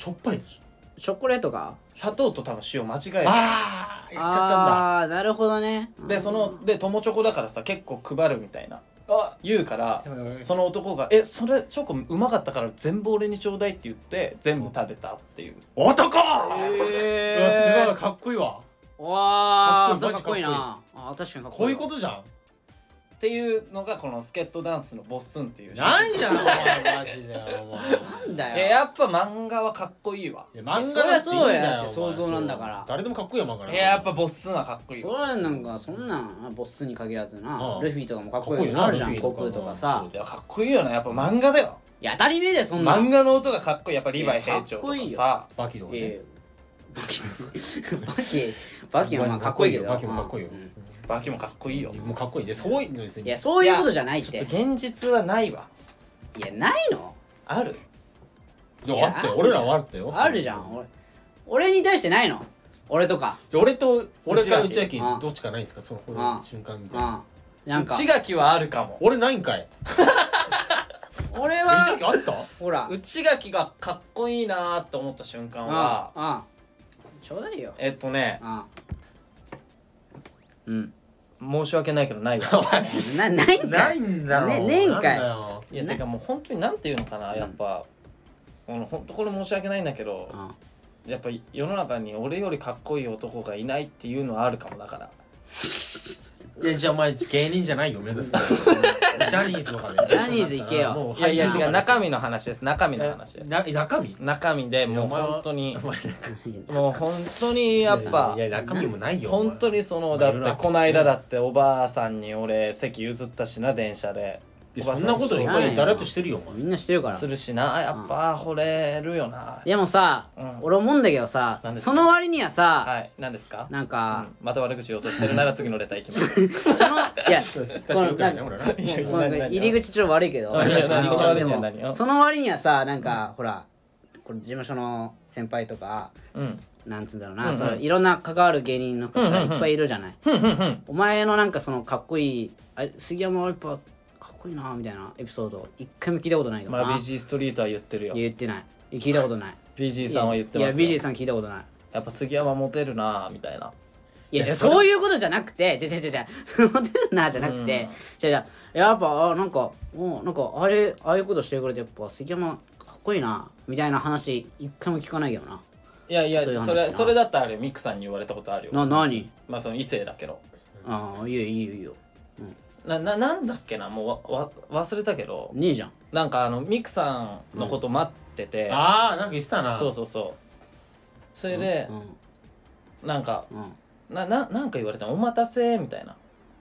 しょっぱいの
チョコレートか
砂糖と多分塩間違えた
ああやっちゃったんだ
ああーなるほどね
でそので友チョコだからさ結構配るみたいな
あ
あ言うからその男が「えそれチョコうまかったから全部俺にちょうだい」って言って全部食べたっていう
男、うわ
え
すごいかっこいいわ
わあ
かっこいい
かっこいい
マ
なあ確かにかっ
こ
こ
う
い
い
いう
ことじゃん
っていうのがこの助っ人ダンスのボッスンっていう
何やお前マジでお前
となんだ
え
よ
やっぱ漫画はかっこいいわ
いや漫
そ
画
り
だ
ゃ
ってい
そう
いん
やって想
だよお前
像なんだから
そう誰でもかっこいいよ漫画な
い
んか
ややっぱボッスンはかっこいいわ
そうやんなんかそんなんボッスに限らずな
うん
ルフィとかもかっこ
かっこ
い
い
い
いよ
の
な
あるじゃん
ルフィ
悟
と
空
か
とかさ
いやかっこいいよなやっぱ漫画だよ
いや当たり前でそんなん
漫画の音がかっこいいやっぱリヴァイ兵長と
いやかっこい
か
い
さ
バキとかね
えバキバキバキはまあかっこいいけど
バキもかっこいいよ
う、ん
バキもかっこいいよ
もうかっこいいねそういうのです
いやそういうことじゃないっ
ち
て
ょっと現実はないわ
いやないの
ある
いやあったよ俺らはあったよ
あるじゃん俺俺に対してないの俺とか
じゃあ俺と俺か
内
内
垣
垣
うん
どっちかないんですかその
う
こ
ん
の瞬間み
う
たいなん
なんか
内垣はあるかも
俺ないんかい
俺
え内垣
は
あった
ほら
内垣がかっこいいなーって思った瞬間は
あちょうだいよ
えっとね
あうん
申し訳ないけどな いわ
なないんかい
ん
ねねえんかい
なんだよ
いやてかもう本当になんていうのかなやっぱこの本当これ申し訳ないんだけど
あ
やっぱ世の中に俺よりかっこいい男がいないっていうのはあるかもだから
いやじゃあお前芸人じゃないよ目指す ジャニーズとかで
ジャニーズ行けよ
もう
いやいや
俳優
違う
とかです
中身の話です中身の話です
な中身
中身でもう
お前は
本当に
お前
もう本当にやっぱ
いやいや中身もないよ
本当にそのだっ
いろい
て
ろ
この間だっておばあさんに俺席譲ったしな電車で
いやそんなこと
知
いっ
らな
ぱ
いよ
い誰としてるよお
みんな知ってるから
するしなやっぱ惚れるよな
でもさ、
うん
俺思うんだけどさ
何ですか
その割にはさ、
はい何ですか
なん
う
か、
んまた悪口言おうとしてるなら次のレターいきます
そのいや
前確かによく
この
ないねほらない
や
もうもう
何何
入り口ちょっと悪いけど
いや何
あの
その割
で
には
も
何よ
その割にはさなんか、ほらこれ事務所の先輩とか
うん
なんつうんだろう
うん
な、
うん
そのいろんな関わる芸人の方が
うんうんうん
いっぱいいるじゃない、
ふんふんふん
お前のなんかそのかっこいいあ杉山はやっぱかっこいいなみたいなエピソード一回も聞いたことないけどな、
まあ BG ストリートは言ってるよ
いや言ってない聞いたことない
BG さんは言ってま
い
す
や
よ
BJ さん聞いたことない
やっぱ杉山モテるなみたいない
や
いやそれ
そういうことじゃなくてじゃじゃじゃじゃモテるなじゃなくてじゃじゃやっぱあなんかおなんかあれああいうことしてくれてやっぱ杉山かっこいいなみたいな話一回も聞かないけどない
やいや
そういう話
それ
な
それだったらあれミクさんに言われたことあるよ
な何
まあその異性だけど
ああいいよいいよいいよ
なななんだっけなもうわわ忘れたけど
ねえじゃん
なんかあのミクさんのこと待ってて、
ああなんか言ってたな
そうそうそうそれで
う、ん
なんか
うん
なななんか言われたのお待たせ」みたいな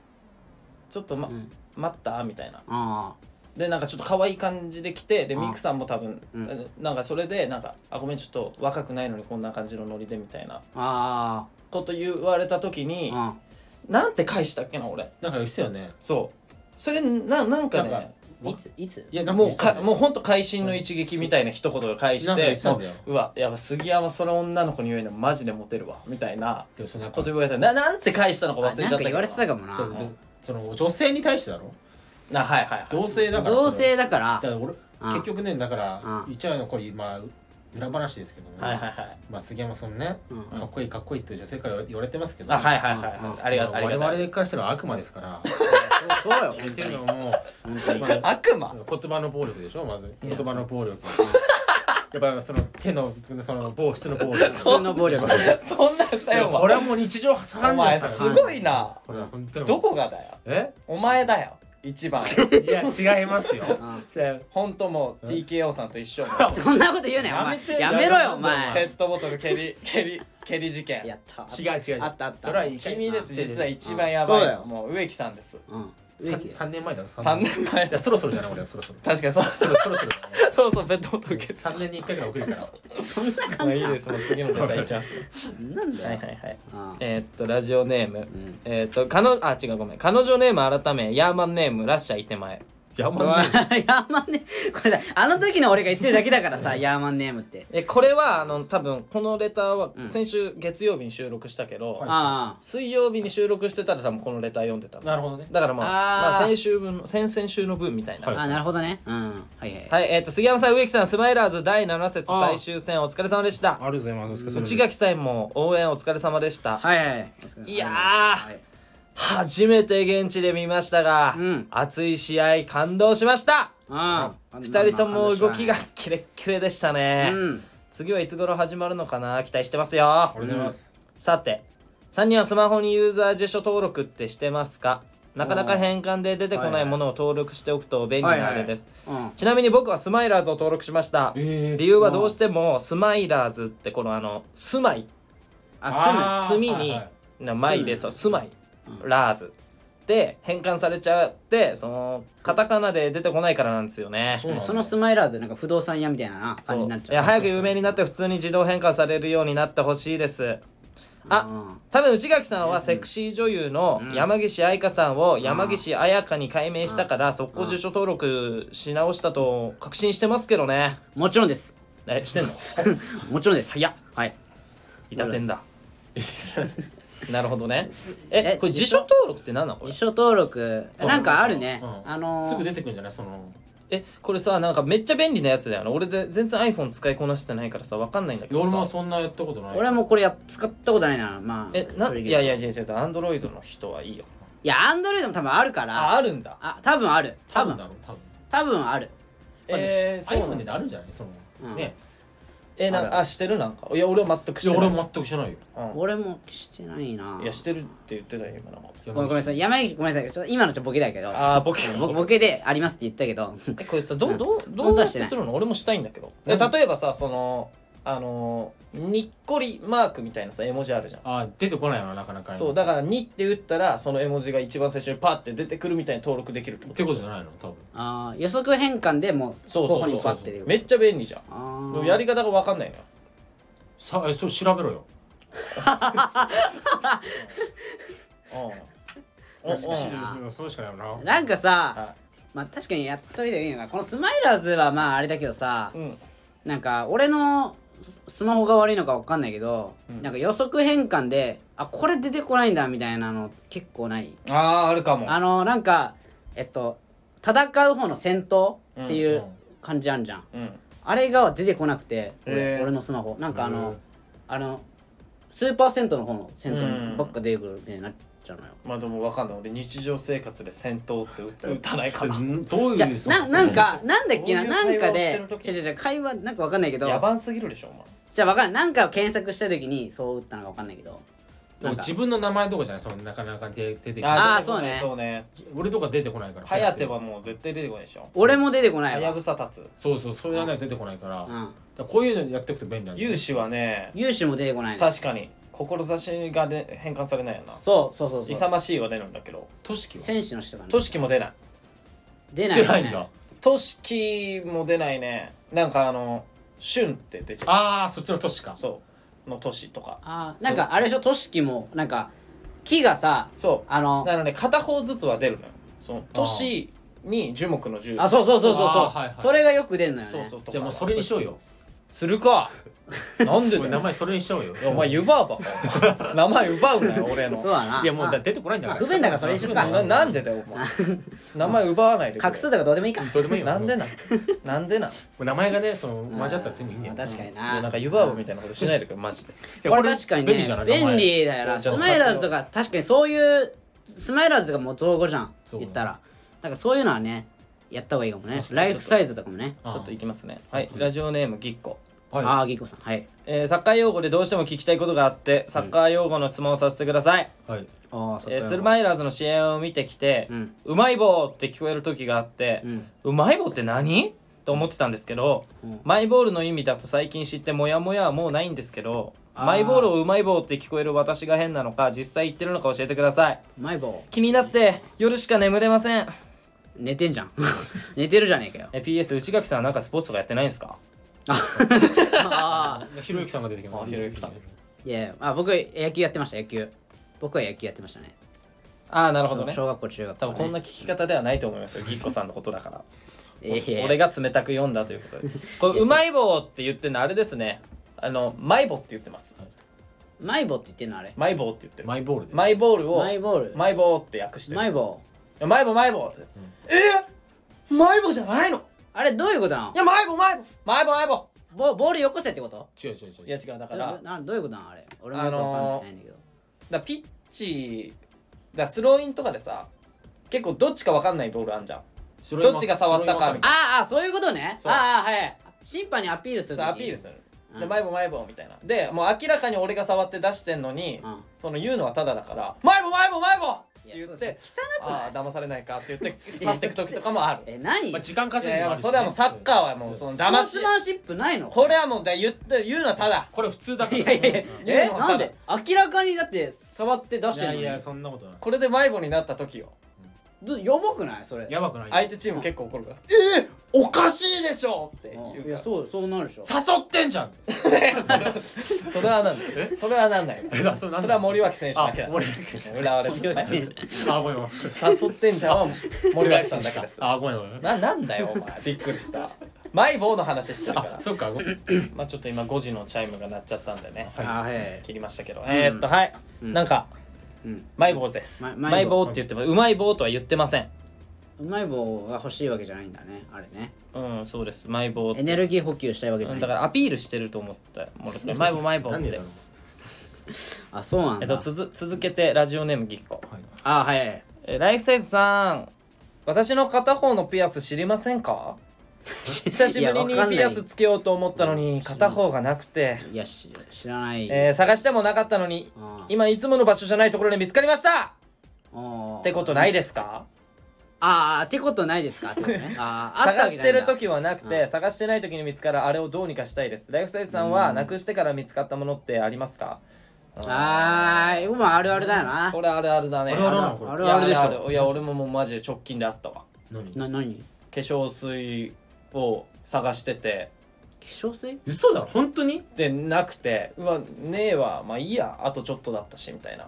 「ちょっと、ま
うん
待った?」みたいな
あ
でなんかちょっと可愛い感じで来てで
あ
ミクさんも多分、
うん
なんかそれでなんか「あごめんちょっと若くないのにこんな感じのノリで」みたいな
ああ
こと言われた時に、
あ
なんて返したっけな俺
なんか言ってたよね
そうそれななんかね
なんか
うんいついつ
いや
もう
か
かもうほんと会心の一撃みたいな一言が返し
なんか
て
言ってたんだよ
うわやっぱ杉山その女の子に言うのマジでモテるわみたいな
でもそのなん
こ
か
と言われたななんて返したのか
あ
忘れち
な
ゃっ
んか
たけど
言われてたかもな
そうでその女性に対してだろ
なはいはい、はい、
同性だから
同性だから
だから俺
うん
結局ねだから
うん
言っちゃうのこれまあ裏話ですけども
はいはいはい
まあ杉山さんね
うん
かっこいいかっこいいって女性から言われてますけど
あはいはいはいはい
うん
ありがとうありがとう
我々からしたら悪魔ですから
そうよ
言
本
っ
当
てる
に
のも
本当に
まあ
悪魔
言葉の暴力でしょまず
い
言
や
葉の暴力やっぱその手のその暴普通の暴力
普通の暴 力
そんなんさよ
これはもう日常
お
三
前お前
ですす
ごいな
これは本当に
どこがだよ
え
お前だよ一番
いや違い ますよ
うん
違う
ほんともう TKO さんと一緒
そんなこと言うなよお前
やめて
やめろよお
ペ
前
ットボトル蹴 り蹴り蹴り事件
やった
違う違う
あったあった
それは一回
君です
違う違う
実は一番やば
そう
い
だ
の
よ
もう植木さんです
うん
さ三年前だろ
3年前
いやそろそろじゃない俺はそろそ ろ
確かにそうそ
そうろそろそろだよ
そうそうペットボトル
俺
蹴っ
三年に一回ぐらい送る から
そんな
たまあいいですもう次のネタいきます
なん
は
だ
い
よ
はいはい
あ
えーっとラジオネーム
ん
えーっと彼女あ違うごめん彼女ネーム改めヤーマンネームラッシャーいてまえ
や
あ
ば い
ヤーマンネこれだあの時の俺が言ってるだけだからさヤーマンネームって
えこれはあの多分このレターは
うん
先週月曜日に収録したけど、
はい
あ
水曜日に収録してたら多分このレター読んでたの
なるほどね
だからまあ
あー
まあ、先週分の先々週の分みたいな、
あ
はい
はい
あなるほどねうんはいはい
えっ、と杉山さん植木さんスマイラーズ第7節
あー
最終戦お疲れ様でした
ありがとうございますお疲れ様です
内垣さんも応援お疲れ様でした、
はいはい
いやー
はい
初めて現地で見ましたが、
うん
熱い試合感動しました
ああ
2人とも動きがキレッキレでしたね、
うん
次はいつ頃始まるのかな期待してますよ
りがとうございます。
さて3人はスマホにユーザー辞書登録ってしてますかなかなか変換で出てこないものを登録しておくと便利なあれです、
うん
ちなみに僕はスマイラーズを登録しました、
え
理由はどうしてもスマイラーズってこのあの住まい
あ
あー
炭に、
はいはい
なマイ
住
で
む
そう住まい、ラーズで変換されちゃってそのカタカナで出てこないからなんですよね
住むそのスマイラーズなんか不動産屋みたいな
そ
感
う
じになっちゃう
いや早く有名になって普通に自動変換されるようになってほしいですあ
うん
多分内垣さんはセクシー女優の山岸愛香さんを山岸彩香に改名したから速攻住所登録し直したと確信してますけどね
もちろんです
えしてんの
もちろんです
早っ
はい
至ってんだ なるほどね
え
えこれ辞書登録って何なのこれ
辞書登録なんかあるね
うん
あのー
すぐ出てくるんじゃないその。
えこれさなんかめっちゃ便利なやつだよな俺ぜ全然 iPhone 使いこなしてないからさわかんないんだけど
俺
さ
もそんなやったことない。
俺もこれや使ったことないなまあ
えな
正直
いやいや違う違うアンドロイドの人はいいよ
いやアンドロイドも多分あるから
ああるんだ
あ多分ある多
多
分
分だろう多分。
多分ある
えー、そうなん
iPhone
だ
であるんじゃないその
うん
ね。
えな
あ
あ
るある
してるなんかいや俺は全くし
い
て
や
ない
俺も全くしてないよ。
うん
俺もしてないない
やしてるって言ってたよ今なんか
ごめんごめんなさい山岸ごめんなさいちょっと今のちょっとボケだけど
ああボケ
ボボケでありますって言ったけど
えこれさど
う
うんどうど
本
う
当は
やっ
して
て
ない
するの俺もしたいんだけどえ例えばさそのあのーにっこりマークみたいなさ絵文字あるじゃん
あー出てこないよななかなか。
そうだから「に」って打ったらその絵文字が一番最初にパッて出てくるみたいに登録できるってこ
っ
と
てことじゃないの多分。
あー予測変換でもう
そう
候
そう
補
そう
にバッて出てくる
めっちゃ便利じゃん
あ
でも
ー
やり方が分かんないのよ
さえそれ調べろよ。
うんう ん
確かに
うん
な
そうしかないよな。
なんか
は
さ
い
まあ確かにやっといてもいいのがこのスマイラーズはまああれだけどさ
うん
なんか俺のススマホが悪いのかわかんないけどなんか予測変換であこれ出てこないんだみたいなの結構ない
あああるかも
あのなんかえっと戦う方の戦闘っていううん感じあんじゃん、
うん
あれが出てこなくて俺,、
へー
俺のスマホなんかあ
う
の
ん
あのスーパー銭湯の方の銭
うん
湯ばっか出てくるみたいになっちゃうのよ、
まあでも分かんない俺日常生活で戦闘って打打たないかな
うんどういう
じゃ
そう
ななんかなんだっけな
そういう
なんか
会話をして
で
る時
違う違う会話なんかわかんないけど
野蛮すぎるでしょお前
じゃあわかんないなんかを検索した時にそう打ったのかわかんないけど
でも自分の名前とかじゃないそのなかなか出出てき
あ
ない
ーそうね
そうね
俺とか出てこないから。
ハヤテはもう絶対出てこないでしょ
俺も出てこな
ハ
い
ヤ
わ
ブ、サ立つ
そうそうそれはね出てこないから。だ
う
か
ん、
らこういうのやっていくと便利なんだよ
勇士はね
融資も出てこないの
確かに志がで変換されないよな
そうそうそうそう
勇ましいは出るんだけど
都市記は
選手の人がね
としきも出ない
出ない
出
よ
な
ね
いんだ。
としきも出ないねなんかあのシュンって出ちゃう
ああそっちの都市か。
そうの都市とか
あーなんかあれでしょとしきもなんか木がさ
そう
あの
なので片方ずつは出るのよその都市に樹木の樹
あそうそうそうそうそう、
あーはいはい
それがよく出んのよね
そうそうとか
じゃあもうそれにしようよ。
するかなんでだよ
俺名前それにしようよ。
お前湯婆婆かお前 名前奪うなよ俺の
そうだない
やもうだ出てこないんだ
まあ
から。
不便だからそれにしようか
ななんでだよお前名前奪わないでくれ
画数とかどうでもいいか
どうでもいいよ。
なんで
も
ななんでなん
う名前がねその混じったら全部いいんだよ。
まあ確かに
いや
な
なんか湯婆婆みたいなことしないでくれマジで
いや
これ
これ
確かに
便利じゃ
ね
ない名
便
前
利だよなス
そう
マイラーズとか確かにそういうスマイラーズとかもう造語じゃん
そう
言ったらなんかそういうのはねやった方がいいかもねライフサイズとかもね
ちょっといきますねはいラジオネームぎっこ
はい
ああぎっこさんはい
えーサッカー用語でどうしても聞きたいことがあってサッカー用語の質問をさせてください、
はい。
ああそ
えース
い
ルマイラーズの試合を見てきて、
う
うんまい棒って聞こえる時があって、
う
うんまい棒って何と思ってたんですけど、
うん
マイボールの意味だと最近知ってモヤモヤはもうないんですけど
あー
マイボールをうまい棒って聞こえる私が変なのか実際言ってるのか教えてください
マイボ
気になって夜しか眠れません
寝てんじゃ ん寝てるじゃねえかよ
え PS 内垣さんはなんかスポーツとかやってないんですか
あ あー
ひろゆきさんが出てきます。
あひろゆきさん
いやいやあ僕野球やってました野球僕は野球やってましたね
ああなるほどね
小学校中学校
多
ね
分こんな聞き方ではないと思 いますよぎっこさんのことだから
いやいやいや
俺が冷たく読んだということでこれうまい棒って言ってるのあれですねあのマイボって言ってます
マイボって言ってんのあれ
マイボって言ってる
マイボールで。
マイボールを
マイボール
マイボーって訳してる
マイボ
いやマイボマイボえーマイボじゃないの
あれどういうことなの
いやマイボマイボマイボマイボ
ボボールよこせってこと
違う違う違う。
いや違うだか
ど
らだ
う
か
などういうことなのあれ俺もよくわかんないんだけど、
らピッチからスローインとかでさ結構どっちか分かんないボールあんじゃん
それは
どっちが触ったかみた
あーあーそういうことね
そう
ああはい審判にアピールする
そうアピールす
る
る
うん
で前も前もみたいなでもう明らかに俺が触って出してんのに
うん
その言うのはただだから「前も前も前も!」っ
い
て
や
言
そう
っ
そう
て「ああー騙されないか」って言って去っていく時とかもある
え何
まあ、
ス
時間
い
稼
や
ぎ
い
もあ
や
るしね
それはもうサッカーはもうその
ポ
騙
ー
し
ツマンシップないの
これはもうだから言って言うのはただ
これ普通だから
いやいやいやえ
うん
なんで明らかにだって触って出し
い
てる
や
のに
いやそんなことない
これで迷子になった時よ
どやばくないそれ
やばくない
相手チーム結構怒るから「えーおかしいでしょ!」って
うん
言
いうや
か
そうそうなるでしょ
誘ってんじゃん
らそれはなんだよそれはなんない
え だそれなんだ
それは森脇選手だけだ
あ森脇選
浦和レッズ
森脇選手
手 あごめんごめん
誘ってんじゃんは森脇さんだけです
あごめんごめん
ななんだよお前びっくりしたマイボーの話してるから
あそっかごめん
まあちょっと今5時のチャイムが鳴っちゃったんでね
あはい
切りましたけど、えーっとはい、
うん
なんか
うん
マイボーです、
まマイボー
マイボーって言ってもうまい棒とは言ってません
うまい棒が欲しいわけじゃないんだねあれね
うんそうですマイボーって
エネルギー補給したいわけじゃ
うん
ない
だからアピールしてると思ってもらってマイボーマイボー
何
っ
で
て
だろう
あそうなん
えっ
だ
と、つづ続けてラジオネームぎっこ
はい
あはい
えーライフサイズさん私の片方のピアス知りませんか久しぶりにピアスつけようと思ったのに片方がなくて、
いやし知らない
えー
です
探してもなかったのに
あー
今いつもの場所じゃないところで見つかりました
あー
ってことないですか
ああってことないですかってことねあーあったわ
探
け
し
じゃな
て
いんだ
る時はなく
う
て探してない時に見つからあれをどうにかしたいですライフサイズさんはなくしてから見つかったものってありますか
あー今あるあるだよな
これあるあるだね
あるあるなのこれ
あるあるでし
いやあるあ
ょ
るいや俺ももうマジで直近であったわ
何
な何化
化粧水を探してて
粧水
嘘だろ本当に
でなくてうわねえわまあいいやあとちょっとだったしみたいな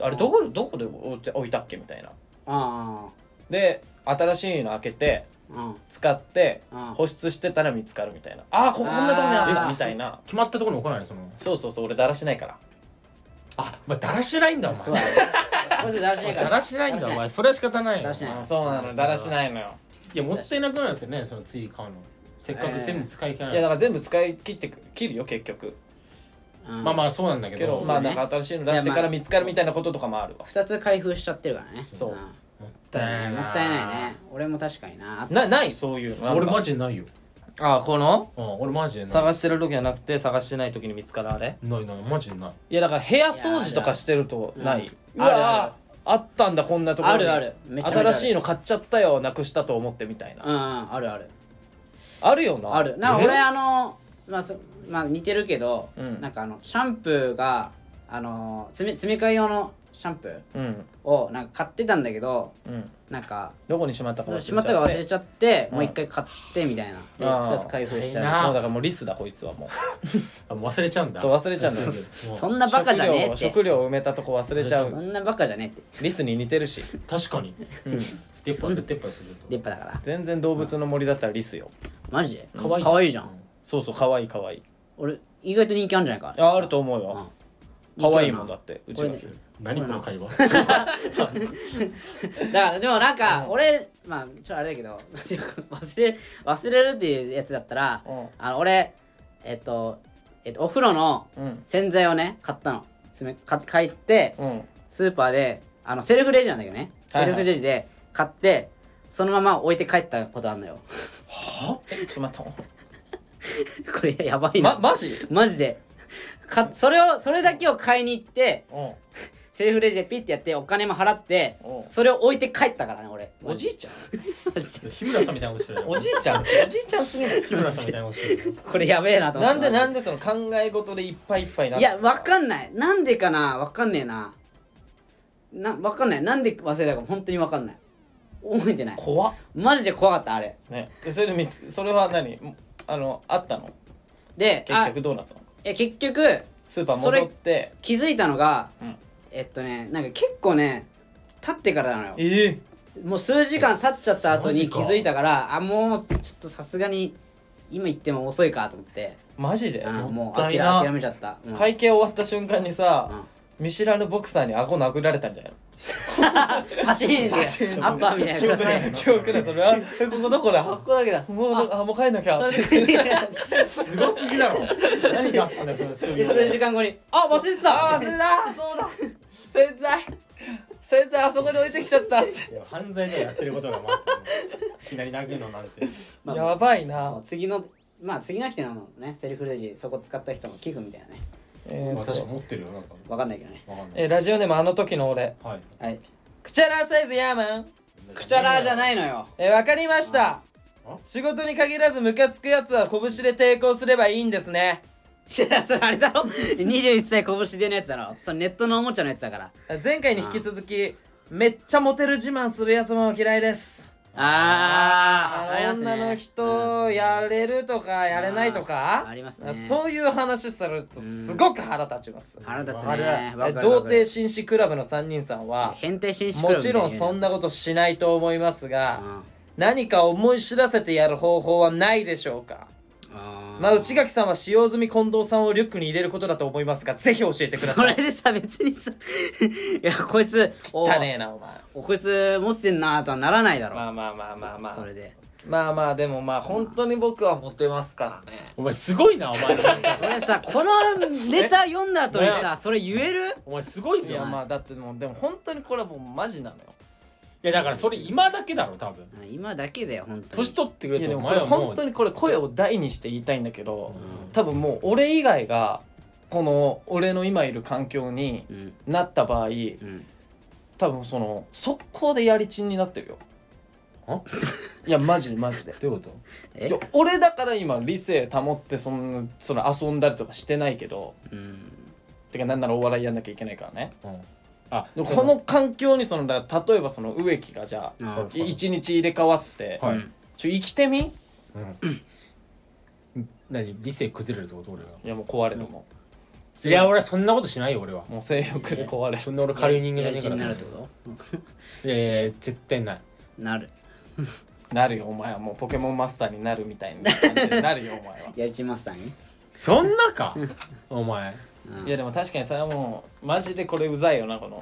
あれどこどこで置いて置いたっけみたいな
あ
で新しいの開けて
ーあーうん
使って
うん
保湿してたら見つかるみたいなあーこここんなとこにあ
あ
る
ー
みたいな
決まったところに置かないのその
そうそうそう俺だらしないから
あまあだらしないんだお
そうだね
前
こいつだらしないか
だ
ら
らしないんだお前それは仕方ないよ
だらしない
うんそうなのだらしないのよ
いやもったいなくなるってねその次買うのせっかく全部使い切ら
い
ない
やだから全部使い切ってく切るよ結局
うん
まあまあそうなんだけ
けど
ど
まあなんか新しいの出してから見つかるみたいなこととかもあるわ
二つ開封しちゃってるからね
そうん
もっ
もったいないね俺も確かになあ
なないそういうの
俺マ
ジ
ジでないよ
あーこの
うん俺マジでない
探してる時はなくて探してない時に見つかるあれ
ないないマジでない
いやだから部屋掃除とかしてるとない
や
う
ある
わ
あ
あ
る
あったんだこんなところに
あるあるめちゃめちゃある
新しいの買っちゃったよなくしたと思ってみたいな、
うんうんあるある
あるよな
あるなんか俺あのまあそまあ似てるけど、
うん
なんかあのシャンプーがあの詰め詰め替え用のシャンプー
うん
をなんか買ってたんだけど
うん
なんか
どこにしまったか忘れ
しまったか忘れ
ち
ちゃって
うん
もう一回買ってみたいなで
あー
2つ開封しち
ゃって
ゃ
な
もうだからもうリスだこいつはも
あもう忘れちゃうんだ
そう忘れちゃうんだ
も
う
う
そんなバカじゃねえ
う
って
食料を埋めたとこ忘れちゃ
そ
うん
なバカじゃねえって
リスに似てるし、
確かに
うん、
出っ歯で出っ歯すると
出っ歯だから
全然動物の森だったらリスよ
マジで
可愛い
可愛いじゃん
そうそうかわいいかわいい
俺意外と人気あるんじゃないか
ああると思うよかわいいもんだって
こ
うち
れ
の
ね
何この会話
だからでもなんか俺まあちょっとあれだけど 忘れ忘れるっていうやつだったら
うん
あの俺えっとえっとお風呂の
うん
洗剤をね買ったの詰め買買って
うん
スーパーであのセルフレジなんだけどねセ
はいはい
ルフレジで買ってそのまま置いて帰ったことあんのよ
えちょっと待っ
これやばい
て
な、
まマジ
マジでかそれをそれだけを買いに行って
うん
セルフレジでピッてやってお金も払って
うん
それを置いて帰ったからね俺
おじいちゃん
マジで
日村さんみたいなことしてる
おじいちゃんおじいちゃんすぎない
日村さんみたいなことしてる
これやべえなと思っ
な
て
んでなん
で
でその考え事でいっぱいいっぱいになっ
い
て
やわかんないなんでかなわかんねえななわかんないなんで忘れたか本当にわかんない覚えてない
怖っ
マジで怖かったあれ
ねでそれで見つそれは何もあのあったの
で
結
あ
局どうなったの
え結局
スーパー戻って
気づいたのが、
うん
えっとねなんか結構ね経ってからなのよ
ええ
もう数時間経っちゃった後
マ
に
ジ
気
か
づいたからあもうちょっとさすがに今行っても遅いかと思って
マジで
あもう
た
諦
いな
諦めちゃった、うん
会計終わった瞬間に
うん
さ見知らぬボクサーに顎殴られたんじゃない
パチン
パチン
アッパーみたい
記
な
憶ない記憶ないそれはえここどこだ
ここだけ だ
もうあもう帰んなきゃ
そ
っ
れ
て
すごすぎだろ何があったんだよそのすぐ
で数時間後にあ忘れてた
あ忘れたそうだ洗剤
先生あそこに置いてきちゃったって
いや犯罪でやってることがまずいきなり殴るのなんて
まあ
やばい
も
な
う、次のまあ次の人のねセルフレジそこ使った人の寄付みたいなね
えー
私は持ってるよなんか
わかんないけどね
わかんない
えーラジオネームあの時の俺
はい
はい
クチャラーサイズヤーマン
くちゃらじゃないのよ
えーわかりました
あ
仕事に限らずムカつくやつは拳で抵抗すればいいんですね
いやそれあれだろ21歳拳でのやつだろそれネットのおもちゃのやつだから
前回に引き続きめっちゃモテる自慢するやつも嫌いです
あーあり
あ
ますね
の女の
うん
人やれるとかやれないと
あー
か
ありますね
そういう話されるとすごく腹立ちます
腹立つ
あれ
ねわか
え
るわかる
童貞紳士クラブの3人さんは
変態紳士クラ
も
ブみた
ち
いな
ろんそんなことしないと思います
う
が
ん
何か思い知らせてやる方法はないでしょうか
あー
まあ内垣さんは使用済み近藤さんをリュックに入れることだと思いま すがぜひ教えてくだ
そ
さ
れ
い
でさ別にさ いやこいつお
汚ねえなお前
おこいつ持ってんなとはならないだろ
まあまあまあまあまあ
それで
まあまあでもまあ本当に僕はモテますからね
お前すごいなお前
それさこのネタ読んだ後にさそれ言える
お前すごい
い
ぞ
や
い
まあだってもうでも本当にこれはもうマジなのよ
やだからそれ今だけだろ多分
あ今だけだよ本当に
年取ってくれ
いや
て
で
お
もこ
前
れ
はも
本
う
当にこれ声を大にして言いたいんだけど、多分もう俺以外がこの俺の今いる環境に
うん
なった場合
うん
多分その速攻でやりちんになってるよ
あ
いやマジマジで
どういうこと
え
いや俺だから今理性保ってそんなその遊んだりとかしてないけど
うん
てかなんならお笑いやんなきゃいけないからね
あ
でもこの環境にそのだから例えばその植木がじゃあ
あ
はい
い一日入れ替わって、
はい、
うん
ちょ生きてみい
うん何理性崩れるってこと俺が
やもう壊れるも
いや俺はそんなことしないよ俺は
んもう性欲で壊れ
そ
る
んな俺軽い人間じ
や
ゃね
り
え
ち
か
ん
らそな
になんるってこと
いやいやいや絶対ない
なる
なるよお前はもうポケモンマスターになるみたいな感じになるよお前は
やりちんマスターに
そんなかお前
いやでも確かにそれはもうマジでこれうざいよなこの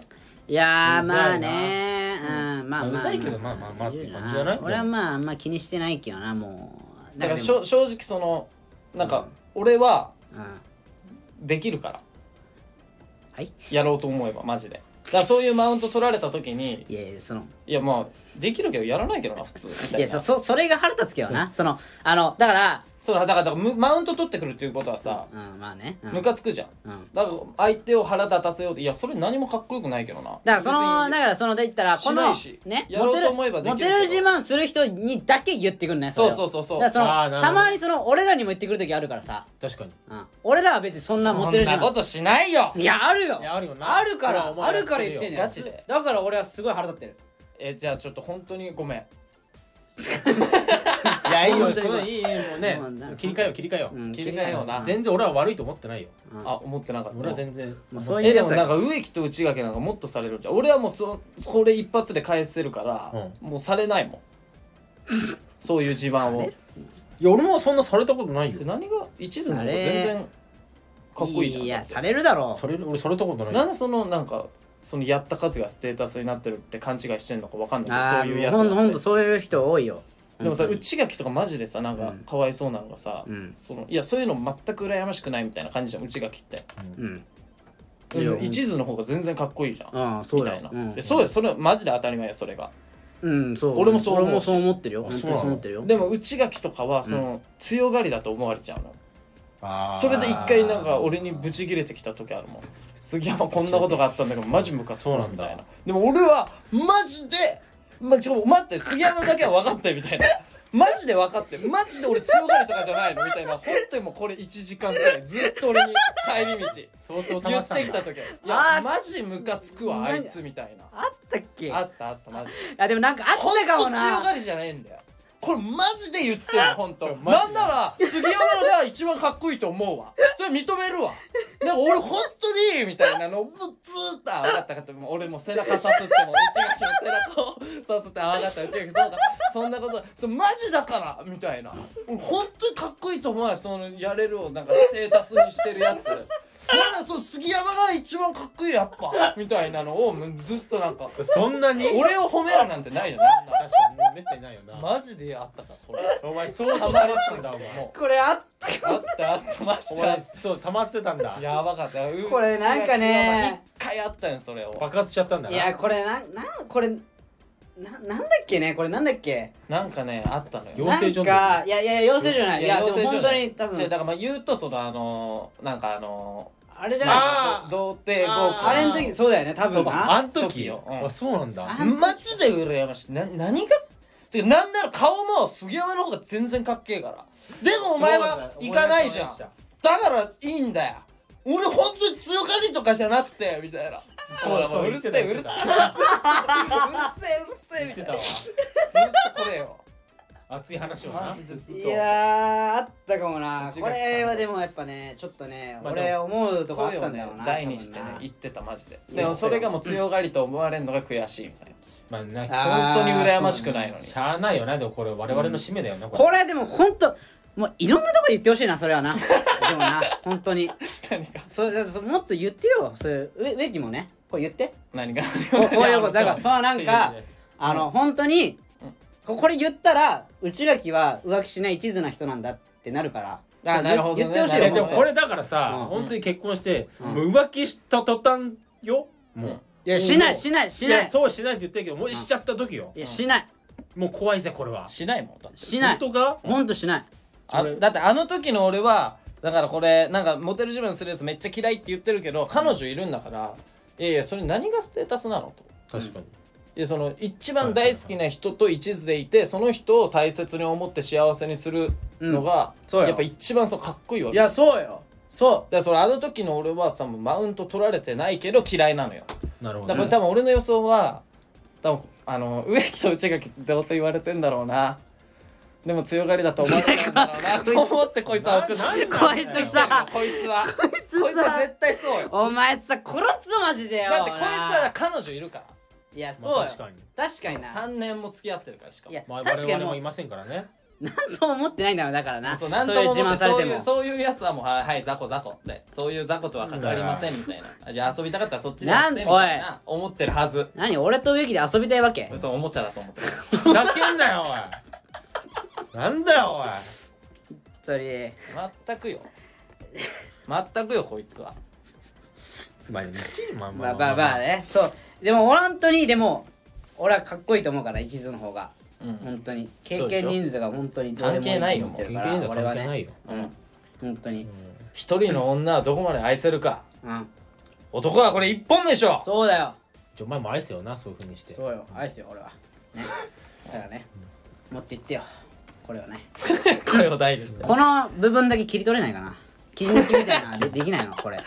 いや
う
ー
ざ
まあ
いな
ねうんまあまあまあ
うざいけどまあまあまあって感じじゃない
俺はまああんま気にしてないけどなもう
だから
で
しょ
も
正直そのなんか俺は
うん
できるから
はい
やろうと思えばマジでだからそういうマウント取られた時に
いやいやその
いやまあできるけどやらないけどな普通みたいない
やそそそれが腹立つけどなそのあのだから
そうだだからだからむマウント取ってくるっていうことはさ
うんまあねうん
ムカつくじゃん
うん
だから相手を腹立たせようっていやそれ何もかっこよくないけどな
だからその
別
だ
に
からそので言ったらこ
しな
の
いし
ね
やろ
モ
う
テ
と
る
思えばでき
モ
るけ
テ
ど
る自慢する人にだけ言ってくるねれを
そうそうそうそう
だから
あー
そ
な
の
るほ
た
ど
まにその俺らにも言ってくる時あるからさ
確かに
うん俺らは別にそんなモテる
そ
自
んなこ
慢
としないよ
いやあるよ
いやあるよな
あるか
それは
ら
お前
あるから言ってんね
ガチで
だから俺はすごい腹立ってる
えじゃあちょっと本当にごめん
いやいい
本
よ
当
そ
に
れいいいいもうね
もうな
切り替えよう切り替えよう、
うん
切り替えような
全然俺は悪いと思ってないよ
うん
あ思ってなかった
俺は全然
もうそうい
え
う
で
やつ
もな
だ
ん
か
か植木と内垣なんかもっとされるじゃん俺はもうそこれ一発で返せるから、もうされないもんそういう地盤を
いや俺もそんなされたことないよ
それ何が一途な
さ
のか
れ
全然かっこいいじゃん
いやさ
れ
れるだろ
それ俺されたことない
な
よ
んでそのなんかそのやった数がステータスになってるって勘違いしてんのかわかんない
あ
けどそういう
あ
やつ
ほ
だって
んとほんとそういう人多いよ
でもさ
本当に
内垣とかマジでさなんかかわいそうなのがさ、
うん
そのいやそういうの全く羨ましくないみたいな感じじゃん内垣って
うんいや
でも一途の方が全然かっこいいじゃん
ああそ
み
う
た
だ
いな、
ようん
でそうよそれはマジで当たり前よそれが
うんそう
俺もそう思う
俺もそう思ってるよ
あ
本当
そうな
に
の
そう思ってるよ
でも内垣とかはその、強がりだと思われちゃうの
あー
それで一回なんか俺にブチ切れてきた時あるもん杉山こんなことがあったんだけどマジムカつく
そう
わ
なん
み
だ
たいなでも俺はマジで、ま、ちょ待って杉山だけは分かったよみたいなマジで分かってるマジで俺強がりとかじゃないのみたいな本当にもうこれ1時間くらいずっと俺に帰り道
相当た
言
ま
っ
さん
て
だ
きた時い
あ
や
ー
マジムカつくわあいつみたいな
あったっけ
あったあったマジで
あでもなんかあったかも
ほんと強が
な
りじゃないんだよこれマジで言ってるほんとなんなら杉山のが一番かっこいいと思うわそれ認めるわなんか俺ほんとにみたいなのをずーっとあ分かった分かったもう俺もう背中さすってもう内垣の背中をさすってあ分かった内垣そうかそんなことそれマジだからみたいな俺ほんとにかっこいいと思わないそのやれるをなんかステータスにしてるやつなんだその杉山が一番かっこいいやっぱみたいなのをもうずっとなんか
そんなに
俺を褒めるなんてないじゃんなんな
確かにめったにないよな
マジであったかこれ
お前相当たまってたんだお前
も
これあっ
うあったあったマジ
お
であっ
前そうたまってたんだ
たやばかった
これなんかね
一回回あったよそれを
爆発しちゃったんだ
い
な
やこれなんなんこれななんだっけねこれなんだっけ
なんかねあったのよ
養成所
なんかいやいやいや養成じゃないいや
養成
でも
所
本
じゃ
当
ない
に多
違うだ
分
からまあ言うとそのあのーなんかあの
あれじゃない
あ
あ
ー
ーど童貞合コン
ー
あれの時そうだよね多分な
あん時
時ようん
あそうなんだ
あ
マジで羨ましいな何がてかなんなら顔も杉山の方が全然かっけえからでもお前は行かないじゃんだからいいんだよ俺本当に強がりとかじゃなくてみたいな
そう
ほらもううるせえう
言
る
って
せ
た
えうるせえうるせえみ
言ったて
い
た
な
わ
ずっとこれよ
熱い話をなずっと
いやーあったかもな
藤
こ
垣さん
れはでもやっぱねちょっとね
まあでも
俺思う とこあ
こ
っ
れ
た
を
んだ
ね
ろうな
大にしてね
多分な
言ってたマジで
い
で
や
もそれがもう強がりと思われるのが悔しいみたいな
まあな
あー
本当に羨ましくないのに
しゃあないよなでもこれ我々の使命だよな
これでも本当もういろんなとこで言ってほしいなそれはなでも な本当に
何が
それだってそもっと言ってよそういう植植木もねこう言って
何が
こうこういうことだからそうな
違
ん
う
か
違う違う
あの本当に
うん
ここれ言ったら内垣は浮気しない一途な人なんだってなるから
あなるほどね
言ってほしい
い
よ
や
な
で
る
も
本
ほど
これだからさ、
うん
本当に結婚して、
うん
もう浮気した途端よ
う
もう、
ん
当にいやしないしないし
い
ない
やそうしないって言ってるけどもうしちゃった時よ
いやしない
もう怖いぜこれは
しないもんだって
しない
本当か
本当しない
あ
それ
だってあの時の俺はだからこれなんかモテる自分するやつめっちゃ嫌いって言ってるけど彼女いるんだからいやいやそれ何がステータスなのと
確かに、
でその一番大好きな人と一途でいてその人を大切に思って幸せにするのが、
そうよ
やっぱ一番そうかっこいいわ
い
けだ
や
か
そうよそ
らそれあの時の俺は多分マウント取られてないけど嫌いなのよ
なるほ
だ
ど
から
ね、
多分俺の予想は多分あの植木と内垣ってどうせ言われてんだろうなでも強がりだと思われたんだろうなと思ってこいつは送って
ななん
う
な
こ
んだ
い
よ
つ さ
こいつはこいつは絶対そうよ
お前さ殺すぞマジでよ
だってこいつは彼女いるか
いや
ま
そう
あ
よ
確かに
確かに
ら
な
3年も付き合ってるからしか
い
も
や
まあ
確か
我
に
々
も
も
う
いませんからね
なんとも思ってないんだろうだからな
そ
そうう
なんと
いう
も
自
思
慢
って
され
そう
て
いう
も
そういうやつはもうはいはい雑魚雑魚ってそういう雑魚とは関わりませんみたいなあじゃあ遊びたかったらそっちでやってみたい
な
な思ってるはず
何俺と植木で遊びたいわけ
そうおもちゃだと思ってる
ふざけんなよおいなんだよおい
それ
全くよ全くよこいつは
まあ一まあ
まあまあまあねそうでも本当にでも俺はかっこいいと思うから一途の方が
うん
本当に
そ
経
うでし
験
ょ
人数が本当にどうでもいいと思ってるか
関係
ら
ないよ
俺は
関係ない
ね
よ
うん本当に
一人の女はどこまで愛せるか
うん
男はこれ一本でしょ
そうだよ
ちょお前も愛せよなそういうふうにして
そうよ愛すよ俺はねだからね持っていってよこれはね
声を大にして
この部分だけ切り取れないかな切り抜きみたい なでできないのこれ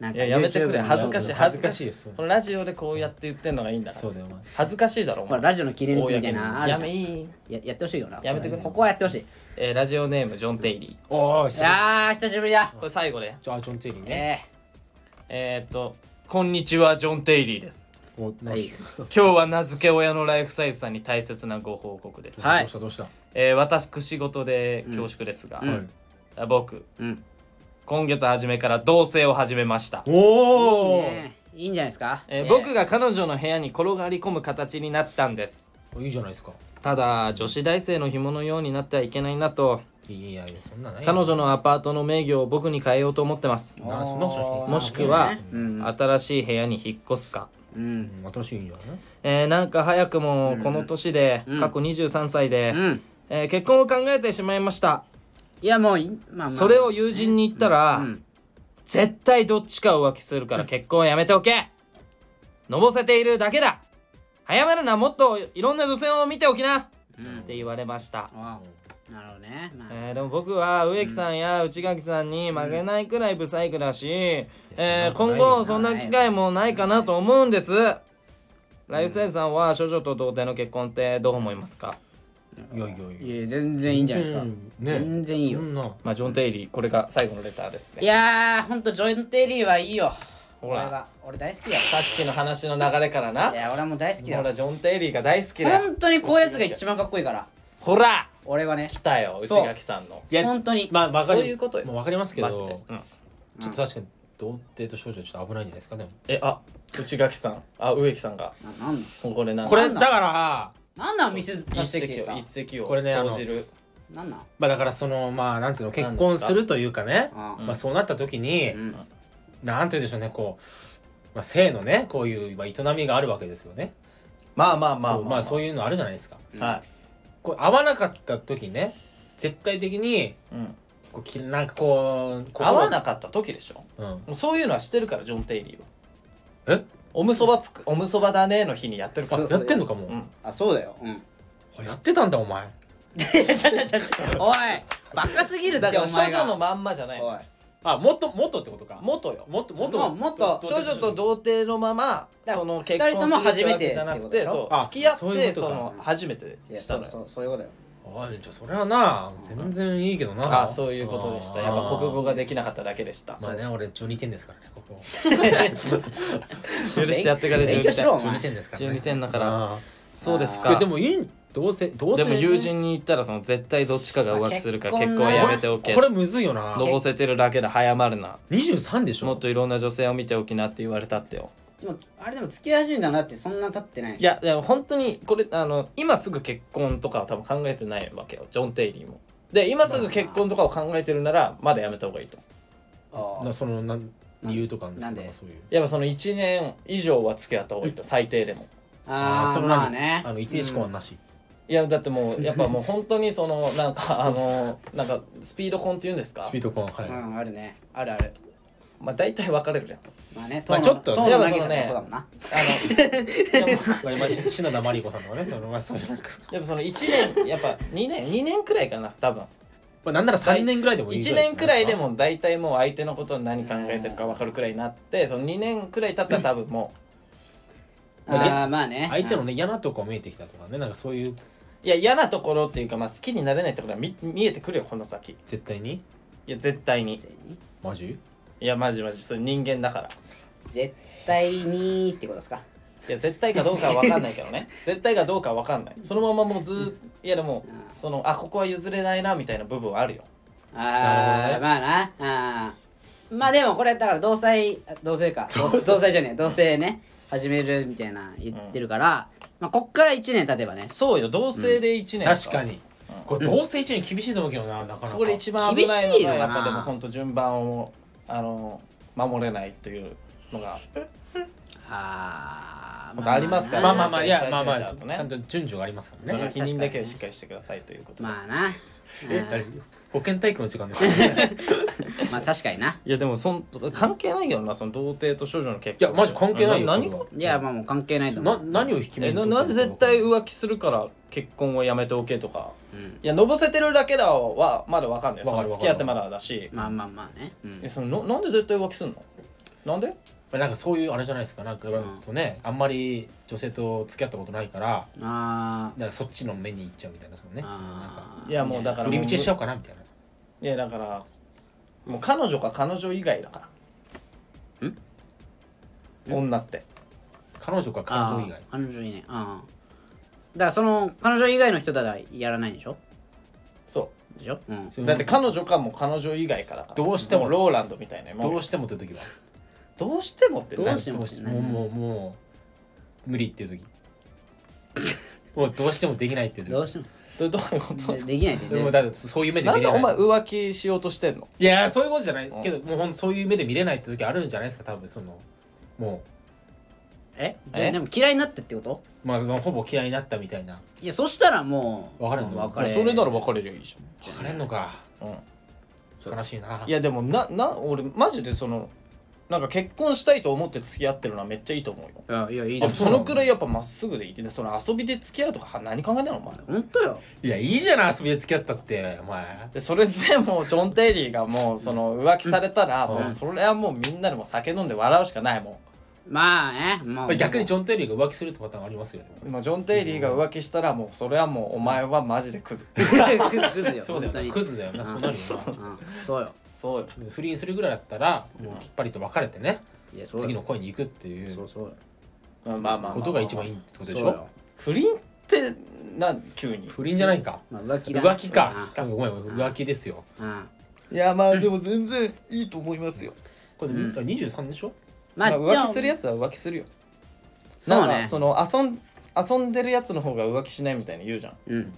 なん
い
か
ややめてく
YouTube
れ
の
恥ずかしい恥ずかしい
恥ずかしいよ
このラジオでこうやって言ってんのがいいんだか
そ
ら
うだよお前
恥ずかしいだろお
ほら
前
ラジオの切り抜きみたいなのある
や
じゃん
めいい、
ややってほしいよな
やめてくれ
ここはやってほしいい
えーラジオネームジョン・テイリ
おーし
やー久しぶりだ
ーこれ最後で
じゃあジョン・テイリーね
え
えー、っと「こんにちはジョン・テイリーです
お
え
な
はい
今日は名付け親のライフサイズさんに大切なご報告です、
はい
どうしたどうした
えー、私仕事で恐縮ですが、
うんうん
あ僕
うん
今月初めから同棲を始めました
おお
ねえいいんじゃないですか、
えー
ね
僕が彼女の部屋に転がり込む形になったんです
いいじゃないですか
ただ女子大生の紐のようになってはいけないなと
いやいやそんなないよ
彼女のアパートの名義を僕に変えようと思ってます
なそんなことない
もしくは
うん
新しい部屋に引っ越すか、
うん
うん新しいんじゃない
えーなんか早くもこの年で、
ん
過去23歳で、
うん
えー結婚を考えてしまいました
いやもういまあまあ
それを友人に言ったら、
うん
絶対どっちか浮気するから結婚はやめておけのぼせているだけだ早めるなもっといろんな女性を見ておきなって言われました、
あなるほどねまあ
えーでも僕は植木さんや内垣さんに負けないくらいブサイクだし、えー
そん
今
なことないよ
後そんな機会もないかなと思うんですライフセンさんは処女と童貞の結婚ってどう思いますか
いやいやいや
いや全然いいんじゃないですか、
うんね
全然いいよ、
そんな
まあジョン・テイリーこれが最後のレターです
い
ね
やーほんとジョイン・テリーはいいよ
ほ
俺
ら
は俺大好きだよ
さっきの話の流れからない
や俺はもう大好きだ
ほ
よ
らジョン・テイリーが大好きだよ
本当にこういうやつが一番かっこいいから
ほら
俺はね
来たよ内
そう
垣さんの
いや
本当に
まあわかり
そういうことよ
まあわかりますけど
マ
ち
ジ
ょ
で、うん
っと確かに童貞と少女ちょっと危ないんじゃないですかでも
えあ内垣さんあ植木さんが
ななんだ
これなん
これ
なん
だ
だ
から
なんなん見せさせてきて
一石
さ
を一石を
これねあの
投じる
なんなん
まあだからそのまあなんつうの結
なんで
婚
すか
するというかね
あ
まあそうなった時に
うん
なんて言うんでしょうねこうまあ、性のねこういうまあ営みがあるわけですよね
まあまあまあ
そうまあそういうのあるじゃないですか
は
こう合わなかった時ね絶対的に
い、うん、
こうきなんかこう心
合わなかった時でしょ
うん
もうそういうのはしてるからジョン・テイリーは
え
おむそばつくおむそばだねの日にやってるから
そう
やってんのかも、
うん
あそうだようん
あやってたんだお前
ちょちょちょちょおいバカすぎるっ
だ
て
か
お
ら
前
少
が
女のまんまじゃない
おい
あ元元ってことか
元よ
元
まあ
元
元
少女と童貞のまま
だから
その結婚するってわけじゃなくて
二人とも初めてってことでしょ
そう
あ
付き合っ
そうい
て
うこ
そ
とか
の初めて
いや
した
そ
の
う
よ
そうそういうことよ
おいじゃあそれはな全然いいけどな
あそういうことでしたやっぱ国語ができなかっただけでした
まあね俺12点ですからねここ
許してやってから
勉
12
強しろ
点
お前
12点ですからね
12点だから
あ
そうです
ーい
か
やでもいいんどうせどう
で
せ
も友人に言ったらその絶対どっちかが浮気するから
まあ
結婚はやめておけ
これむずいよな
のぼせてるだけで早まるな
23でし
もっ
ょ
といろんな女性を見ておきなって言われたってよ
でもあれでも付き合い始めたのだってそんな経ってない
いやでも本当にこれあの今すぐ結婚とかは多分考えてないわけよジョン・テイリーもで今すぐ結婚とかを考えてるならまだやめた方がいいと
あ
なそのなん理由とかあるですか
なんで
かそういう
やっぱその1年以上は付き合った方がいいと最低でも
あ
そ
ー
の
まあ
何
ね
あの一定思考はなし
いやだってもうやっぱもう本当にそのなんかあのなんかスピード婚っていうんですか
スピードコーン
う
はい
んあるねあるある
まあ大体別れるじゃん
まあね
まあちょっとね
当の渚
でもそのね
もそうだもんな
あのいやもう
まあ今篠田麻里子さんとかねそのまあそういうなんか
やっぱその1年やっぱ2年2年くらいかな多分
まあなんなら3年ぐらいでもいい
1年くらいでも大体もう相手のことを何考えてるか分かるくらいになってその2年くらい経ったら多分も
ああまあね
相手のね嫌なとこ見えてきたとかねなんかそういう
ういや嫌なところっていうかまあ好きになれないところは見見えてくるよこの先
絶対に
いや絶対に
マジ
いやマジマジそれ人間だから
絶対にってことですか
いや絶対かどうかは分かんないけどね絶対かどうかは分かんないそのままもうずーっといやでもそのあここは譲れないなみたいな部分はあるよ
ああ、まあなあーまあでもこれだから同棲あ同棲か同同棲じゃねえ同棲ね始めるみたいな言ってるから、まあこっから1年経てばね
そうよ同性で1年か、
確かにこれ同棲中に厳しいと思うけどななかなか
そこで一番危ないの
厳しい
が
の
や
か
っ
な
ぱでも本当順番をあの守れないというのが
あー
またありますから
まあまあまあいや
最初
まあまあ
ちゃ
ち
んとね
ゃんと順序がありますから
だ
ね
から
ね
否認だけはしっかりしてくださいということで、
まあな
え
あ
誰
ー
保健体育の時間ですい
まあ確かにない
やでもそん関係ないよなその童貞と少女の結
やマジ関係ないよ
な何
これはい
やまあもう関係ないと思
な
う
何を引き目
え
に取
な
ってる
なんで絶対
う
浮気するから結婚をやめておけとか、
ん
いやのぼせてるだけだはまだわかんないよ
わかる
その付き合ってまだだし、
まあまあまあね、うん
えそのななんで絶対浮気すんのなんで
なんかそういうあれじゃないですかなんか、
うん
そうねあんまり女性と付き合ったことないから
あ
だからそっちの目に行っちゃうみたいなそのねそのなんか
あ
いやもうだから
振
もう
り道しちゃおうかなみたいない
やだからもう彼女か彼女以外だから女って
彼女か彼
あ
女以
ー
外
彼女以外あーだからその彼女以外の人だらやらないんでしょ
そ
でしょ、うん、
そうれ
だって彼女かもう彼女以外かだから
どうしても
ローランドみたいなもんよ
どうしてもっていう時は
どうしてもって
どうしても
ど
っ
う
て
して
何
もうもうもう無理っていう時もうどうしてもできないっていう時
どうしても
どどういうこと
でできないで
でもだってそういう目で
な
見
んで
れな
お
い
前浮気しようとしてんの
いやそういうことじゃないけどもうほんとそういう目で見れないって時あるんじゃないですか多分そのも
え
え
ででも嫌いになったってこと
うまあほぼ嫌いになったみたいない
やそしたらもう
別れんの
もう別れ
それなら別れりゃいいじ
別れんのか
ゃん、うん、
悲しいない
やでもなな俺マジでそのなんか結婚したいと思って付き合ってるのはめっちゃいいと思うよ
いやいやいい
あ
です
そのくらいやっぱまっすぐでいいでその遊びで付き合うとかは何考えてんのお前
本当よ
いやいいじゃない遊びで付き合ったってお前
でそれでもうジョン・テイリーがもうその浮気されたらもうそれはもうみんなでも酒飲んで笑うしかないも
まあねもう
逆にジ
ょ
ョン・テリーが浮気するってパターンありますよね
んもうジョン・テイリーが浮気したらもうそれはもうお前はマジで クズ
クズクズよ
そうだ
本当
よ
に
なクズだよなそうなるよな
うんそうよ
そうよ
不倫するぐらいだったらもうきっぱりと別れてね
いやそうよ
次の恋に行くってい
そううそうよ
まあまあまあ
ことが一番いいってことでし
そう
ょ
よ
不倫ってなん急に
不倫じゃないか
まあ浮気だ
浮気かごめんごめん浮気ですよ
うんうん
いやまあでも全然いいと思いますよ、
これ23でしょ
まあ
まあ浮気する
や
やつは浮気するよ
そう
なん
ね
かその遊ん遊んでるやつの方が浮気しないみたいに言うじゃん
うん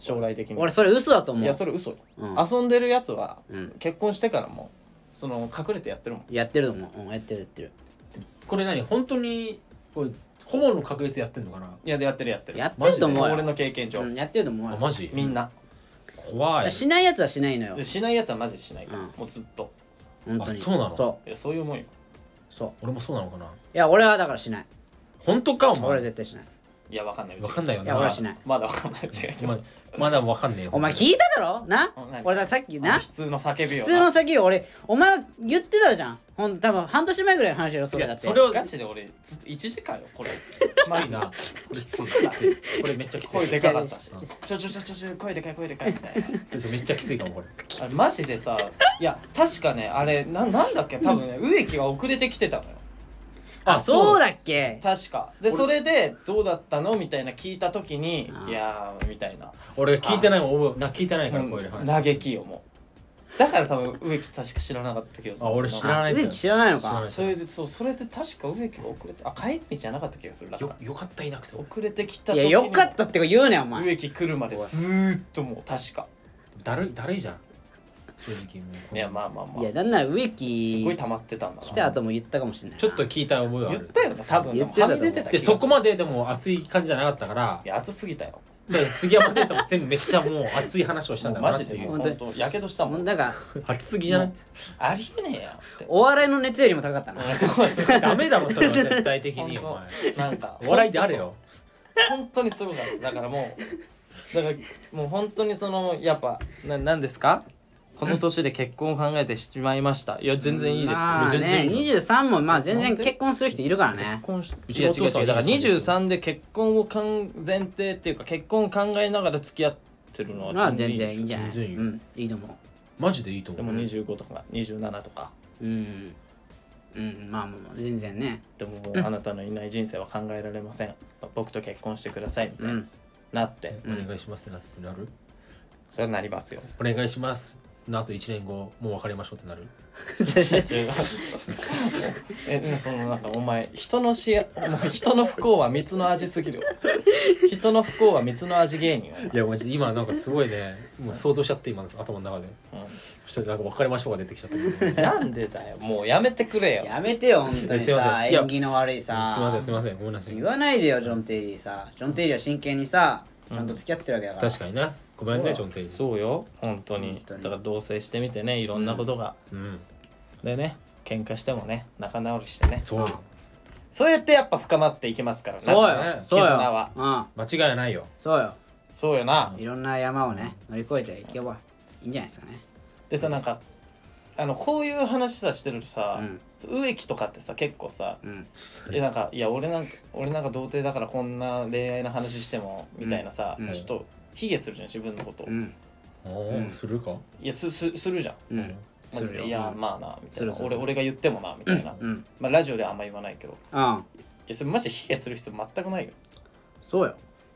将来的に
俺それ嘘だと思
いうやそれ嘘よ、
うん
遊んでるやつは
うん
結婚してからもその隠れてやってるもん
やってると思ううんやってるやってる
これ何本当にこれホモの確率やってんのかない
ややってるやってる
やってると思う
俺
よ、
の経験上、
うんやってると思う
あ
よ
マジ
みんな
怖い
しないやつはしないのよ
でしないやつはマジでしないから、
うん
もうずっと
本当に
あそうなの
そ
いやそういうもんよ
うそう
俺もそうなのかない
や俺はだからしない
本当かお
俺は
前
絶対しない
いやわかんないうち
わかんないよ
い
な
や俺はしない
まだわかんないうちが
ままだわかんねえよ
お前聞いただろな
うん何
俺さっき
あの
な
普通の叫び
普
を
通の先を俺お前は言ってたじゃんほん多分半年前ぐらいの話よそ
い
れだ
や
って
それを
ガチで俺ずっと1時間よこれ
マジなこれきついきついこれめっちゃきつ
声
い
でかかったしちょちょちょちょちょ声でかい声でかいみたいな
めっちゃきついかもこれ
あれマジでさいや確かねあれななんだっけ多分ね植木が遅れてきてたのよ
あそうだっけ
確かでそれでどうだったのみたいな聞いた時にいやーみたいな
俺聞いてないもん覚えな聞いてないからこういう話
嘆きよもうだから多分植木確か知らなかったけど
あ俺知らないんだ
植
よ
木知らないの
知らな
か
い
それでそうそれで確か植木が遅れてあ帰り道じゃなかった気がするだか
よ
ら
よかったいなくて俺
遅れてきた
い
時
や
に
よかったってか言うねんお前
植木来るまでずーっともう確か
だるいだるいじゃん正直もう
いやまあまあま
い
あ
やなんなら植
す
木
ごい溜まってたんだな
来た後も言ったかもしれないな
ちょっと聞いた覚えはあ
言っ
る
たよな多分
言
は
ってたと
み
思う
出てた気
で
がする
そこまででも熱い感じじゃなかったから
いや熱すぎたよ
で杉山データも全部めっちゃもう熱い話をしたんだ
マ
なっ
ジ
て
で
い
も
う
う本当やけどしたも
もうんなんか
熱すぎじゃない
ありえねえよって
お笑いの熱よりも高かったな
うんそうそう
ダメだろそれは絶対的にお
本
前
当なんか
お笑いであれよ
本当にすごかっただからもうだからもう本当にそのやっぱななんですかこの年で結婚を考えてしまいましたいや全然いいです
まあ
全然
ね
いいよ
23もまあ全然結婚する人いるからね
結婚し
う
う
ち
ち
の
が違う
お父さん
違うだから
23ですよ
23で結婚をかん前提っていうか結婚を考えながら付き合ってるのは
まあ全然いいんじゃない
全然いいうよ
んいいと思
マジでいいと
で
思
も
う
25とか27とか
ううんうんまあまあまあ全然ね
でももうあなたのいない人生は考えられません僕と結婚してくださいみた
う
いなんなって
お願いしますってなる
それはなり ますよ
お願いしますのあと1年後もう別れましょうってなる
えねそのなんかお前人のしあお前人の不幸は蜜の味すぎる わ人の不幸は蜜の味芸人よ
いやマジで今なんかすごいねもう想像しちゃって今の頭の中で
お前
そしたらなんか別れましょうが出てきちゃった
うんなんでだよもうやめてくれよ
やめてよ本当に
すいませ
さ
んいや
縁起の悪いさ
すいませんすいませんごめんなさい
言わないでよジョン・テイリーさジョン・テイリーは真剣にさちゃんと付き合ってるわけだから
確かにねごめんねジョン・テイジ
そうよ本当に
本当に
だから同棲してみてねいろんなことが、
うん
でね喧嘩してもね仲直りしてね
そう
そうやってやっぱ深まっていきますからね
そう
ね
よそうよ
絆は
うん
間違いないよ
そうよ
そうよない
ろんな山をね乗り越えていけばいいんじゃないですかね
でさなんかあのこういう話さしてるとさ、植木とかってさ結構さ
うん
えなんかいや俺なんか俺なんか童貞だからこんな恋愛の話してもみたいなさ、
うん
ちょっと卑下するじゃん自分のこと、
うん
お
う
ー
ん
するか
いやすすするじゃん
うん
マジ
するよ
でいや
うん
まあなみたいな
するする
俺俺が言ってもなみたいな、
うん
まあラジオではあんま言わないけどい
うん
やそれマジで卑下する必要全くないよ
そうよ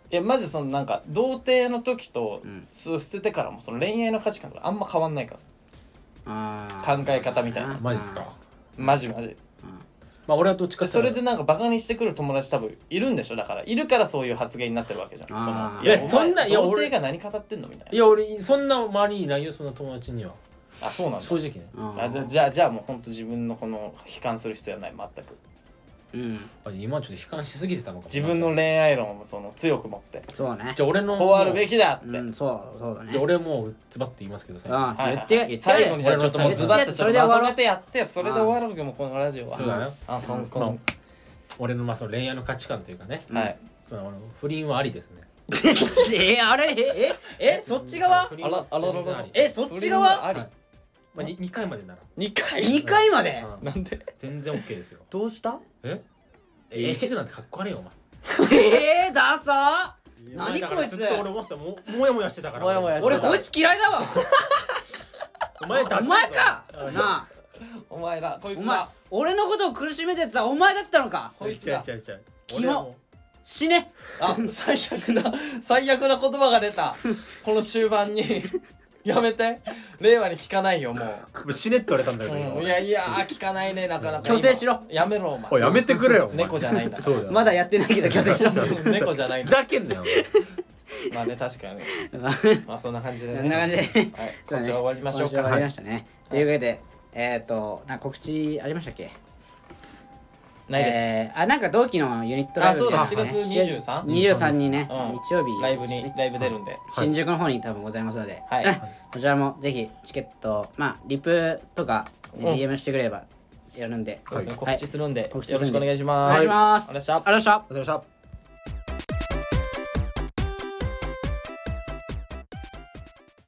いやマジでそのなんか童貞の時と、
うん
そう捨ててからもその恋愛の価値観とかあんま変わんないか
あ
ら
ー
考え方みたいな
あ
マジっすか
マジマジ
まあ俺はどっちかってい
そう
と
れでなんかバカにしてくる友達多分いるんでしょだからいるからそういう発言になってるわけじゃん
あー
その
いやそんな
お
いや
前童
俺
貞が何語ってんのみたい
いや俺そんな周りにいないよそんな友達には
なあそうなんだ
正直ね
うん
あじゃあじゃあじゃあもう本当自分のこの悲観する必要はない全く
うん
あ今ちょっと悲観しすぎてたのかも
自分の恋愛論をその強く持って
そうね
じゃあ俺の
こうあるべきだって、
うんそうそうだね
じゃあ俺もうズバッと言いますけど最後
あ
はい
言
はい
って言ってやれ
最後にじゃあちょっともうズバッとち
そ
ょっ
れで
と
終わ
まと
ろ
め
う
てやってよそれで終わろうよもうこのラジオは
そうだよ
あこんこん
俺のまあその恋愛の価値観というかね
はい
そのあの不倫はありですね
えあれえええそっち側
不倫
あらあらら
全然
ら
り
えそっち側
あり
はいまあに二回までなら
2回
2回まで
うん
なんで
全然 OK ですよ
どうした
え
え
え一途なんてかっこ悪いよお前
えー、ダサ何
いやお前だから
こいつ
ずっと俺思ってたももやもやしてたから
もやもや
ー
して
俺
た
こいつ嫌いだわ
お前出せ
お前かなあ
お前らこい
お
つ
前
ら
俺のことを苦しめてたお前だったのか
こいつら
違う違う違う
キモ死ね
あ最悪な最悪な言葉が出たこの終盤にやめて令和に聞かないよもう
俺も死ねって言われたんだけど今
うん、
俺
いやいやー聞かないねなかなか
虚勢しろ
やめろお前
おいやめてくれよお前
猫じゃないんだ
そうだよ
まだやってないけど強 制しろ
猫じゃないん
ふ
だ
ざけんなよ
まあね確かにまあそんな感じでね
こんな感じで
はい、こち
そう
ら
ね
終わりましょう
今週は終
か
わりましたねというわけでえっとなんか告知ありましたっけ
ないです、
えーあなんか同期のユニットライブ
あそうだ
ですね
7月23
23にね、
うん
日曜日
ライブにライブ出るんで
新宿の方に多分ございますので、
はい
うんこちらもぜひチケットまあリプとか、ね
うん
DM してくれればやるんで
そうですね
はい
告知するんで、
告知す
よ
るんで
ろしくお願いし
お
ます
願いします、
ありがとうございました
ありがとうございました
お疲れ様でした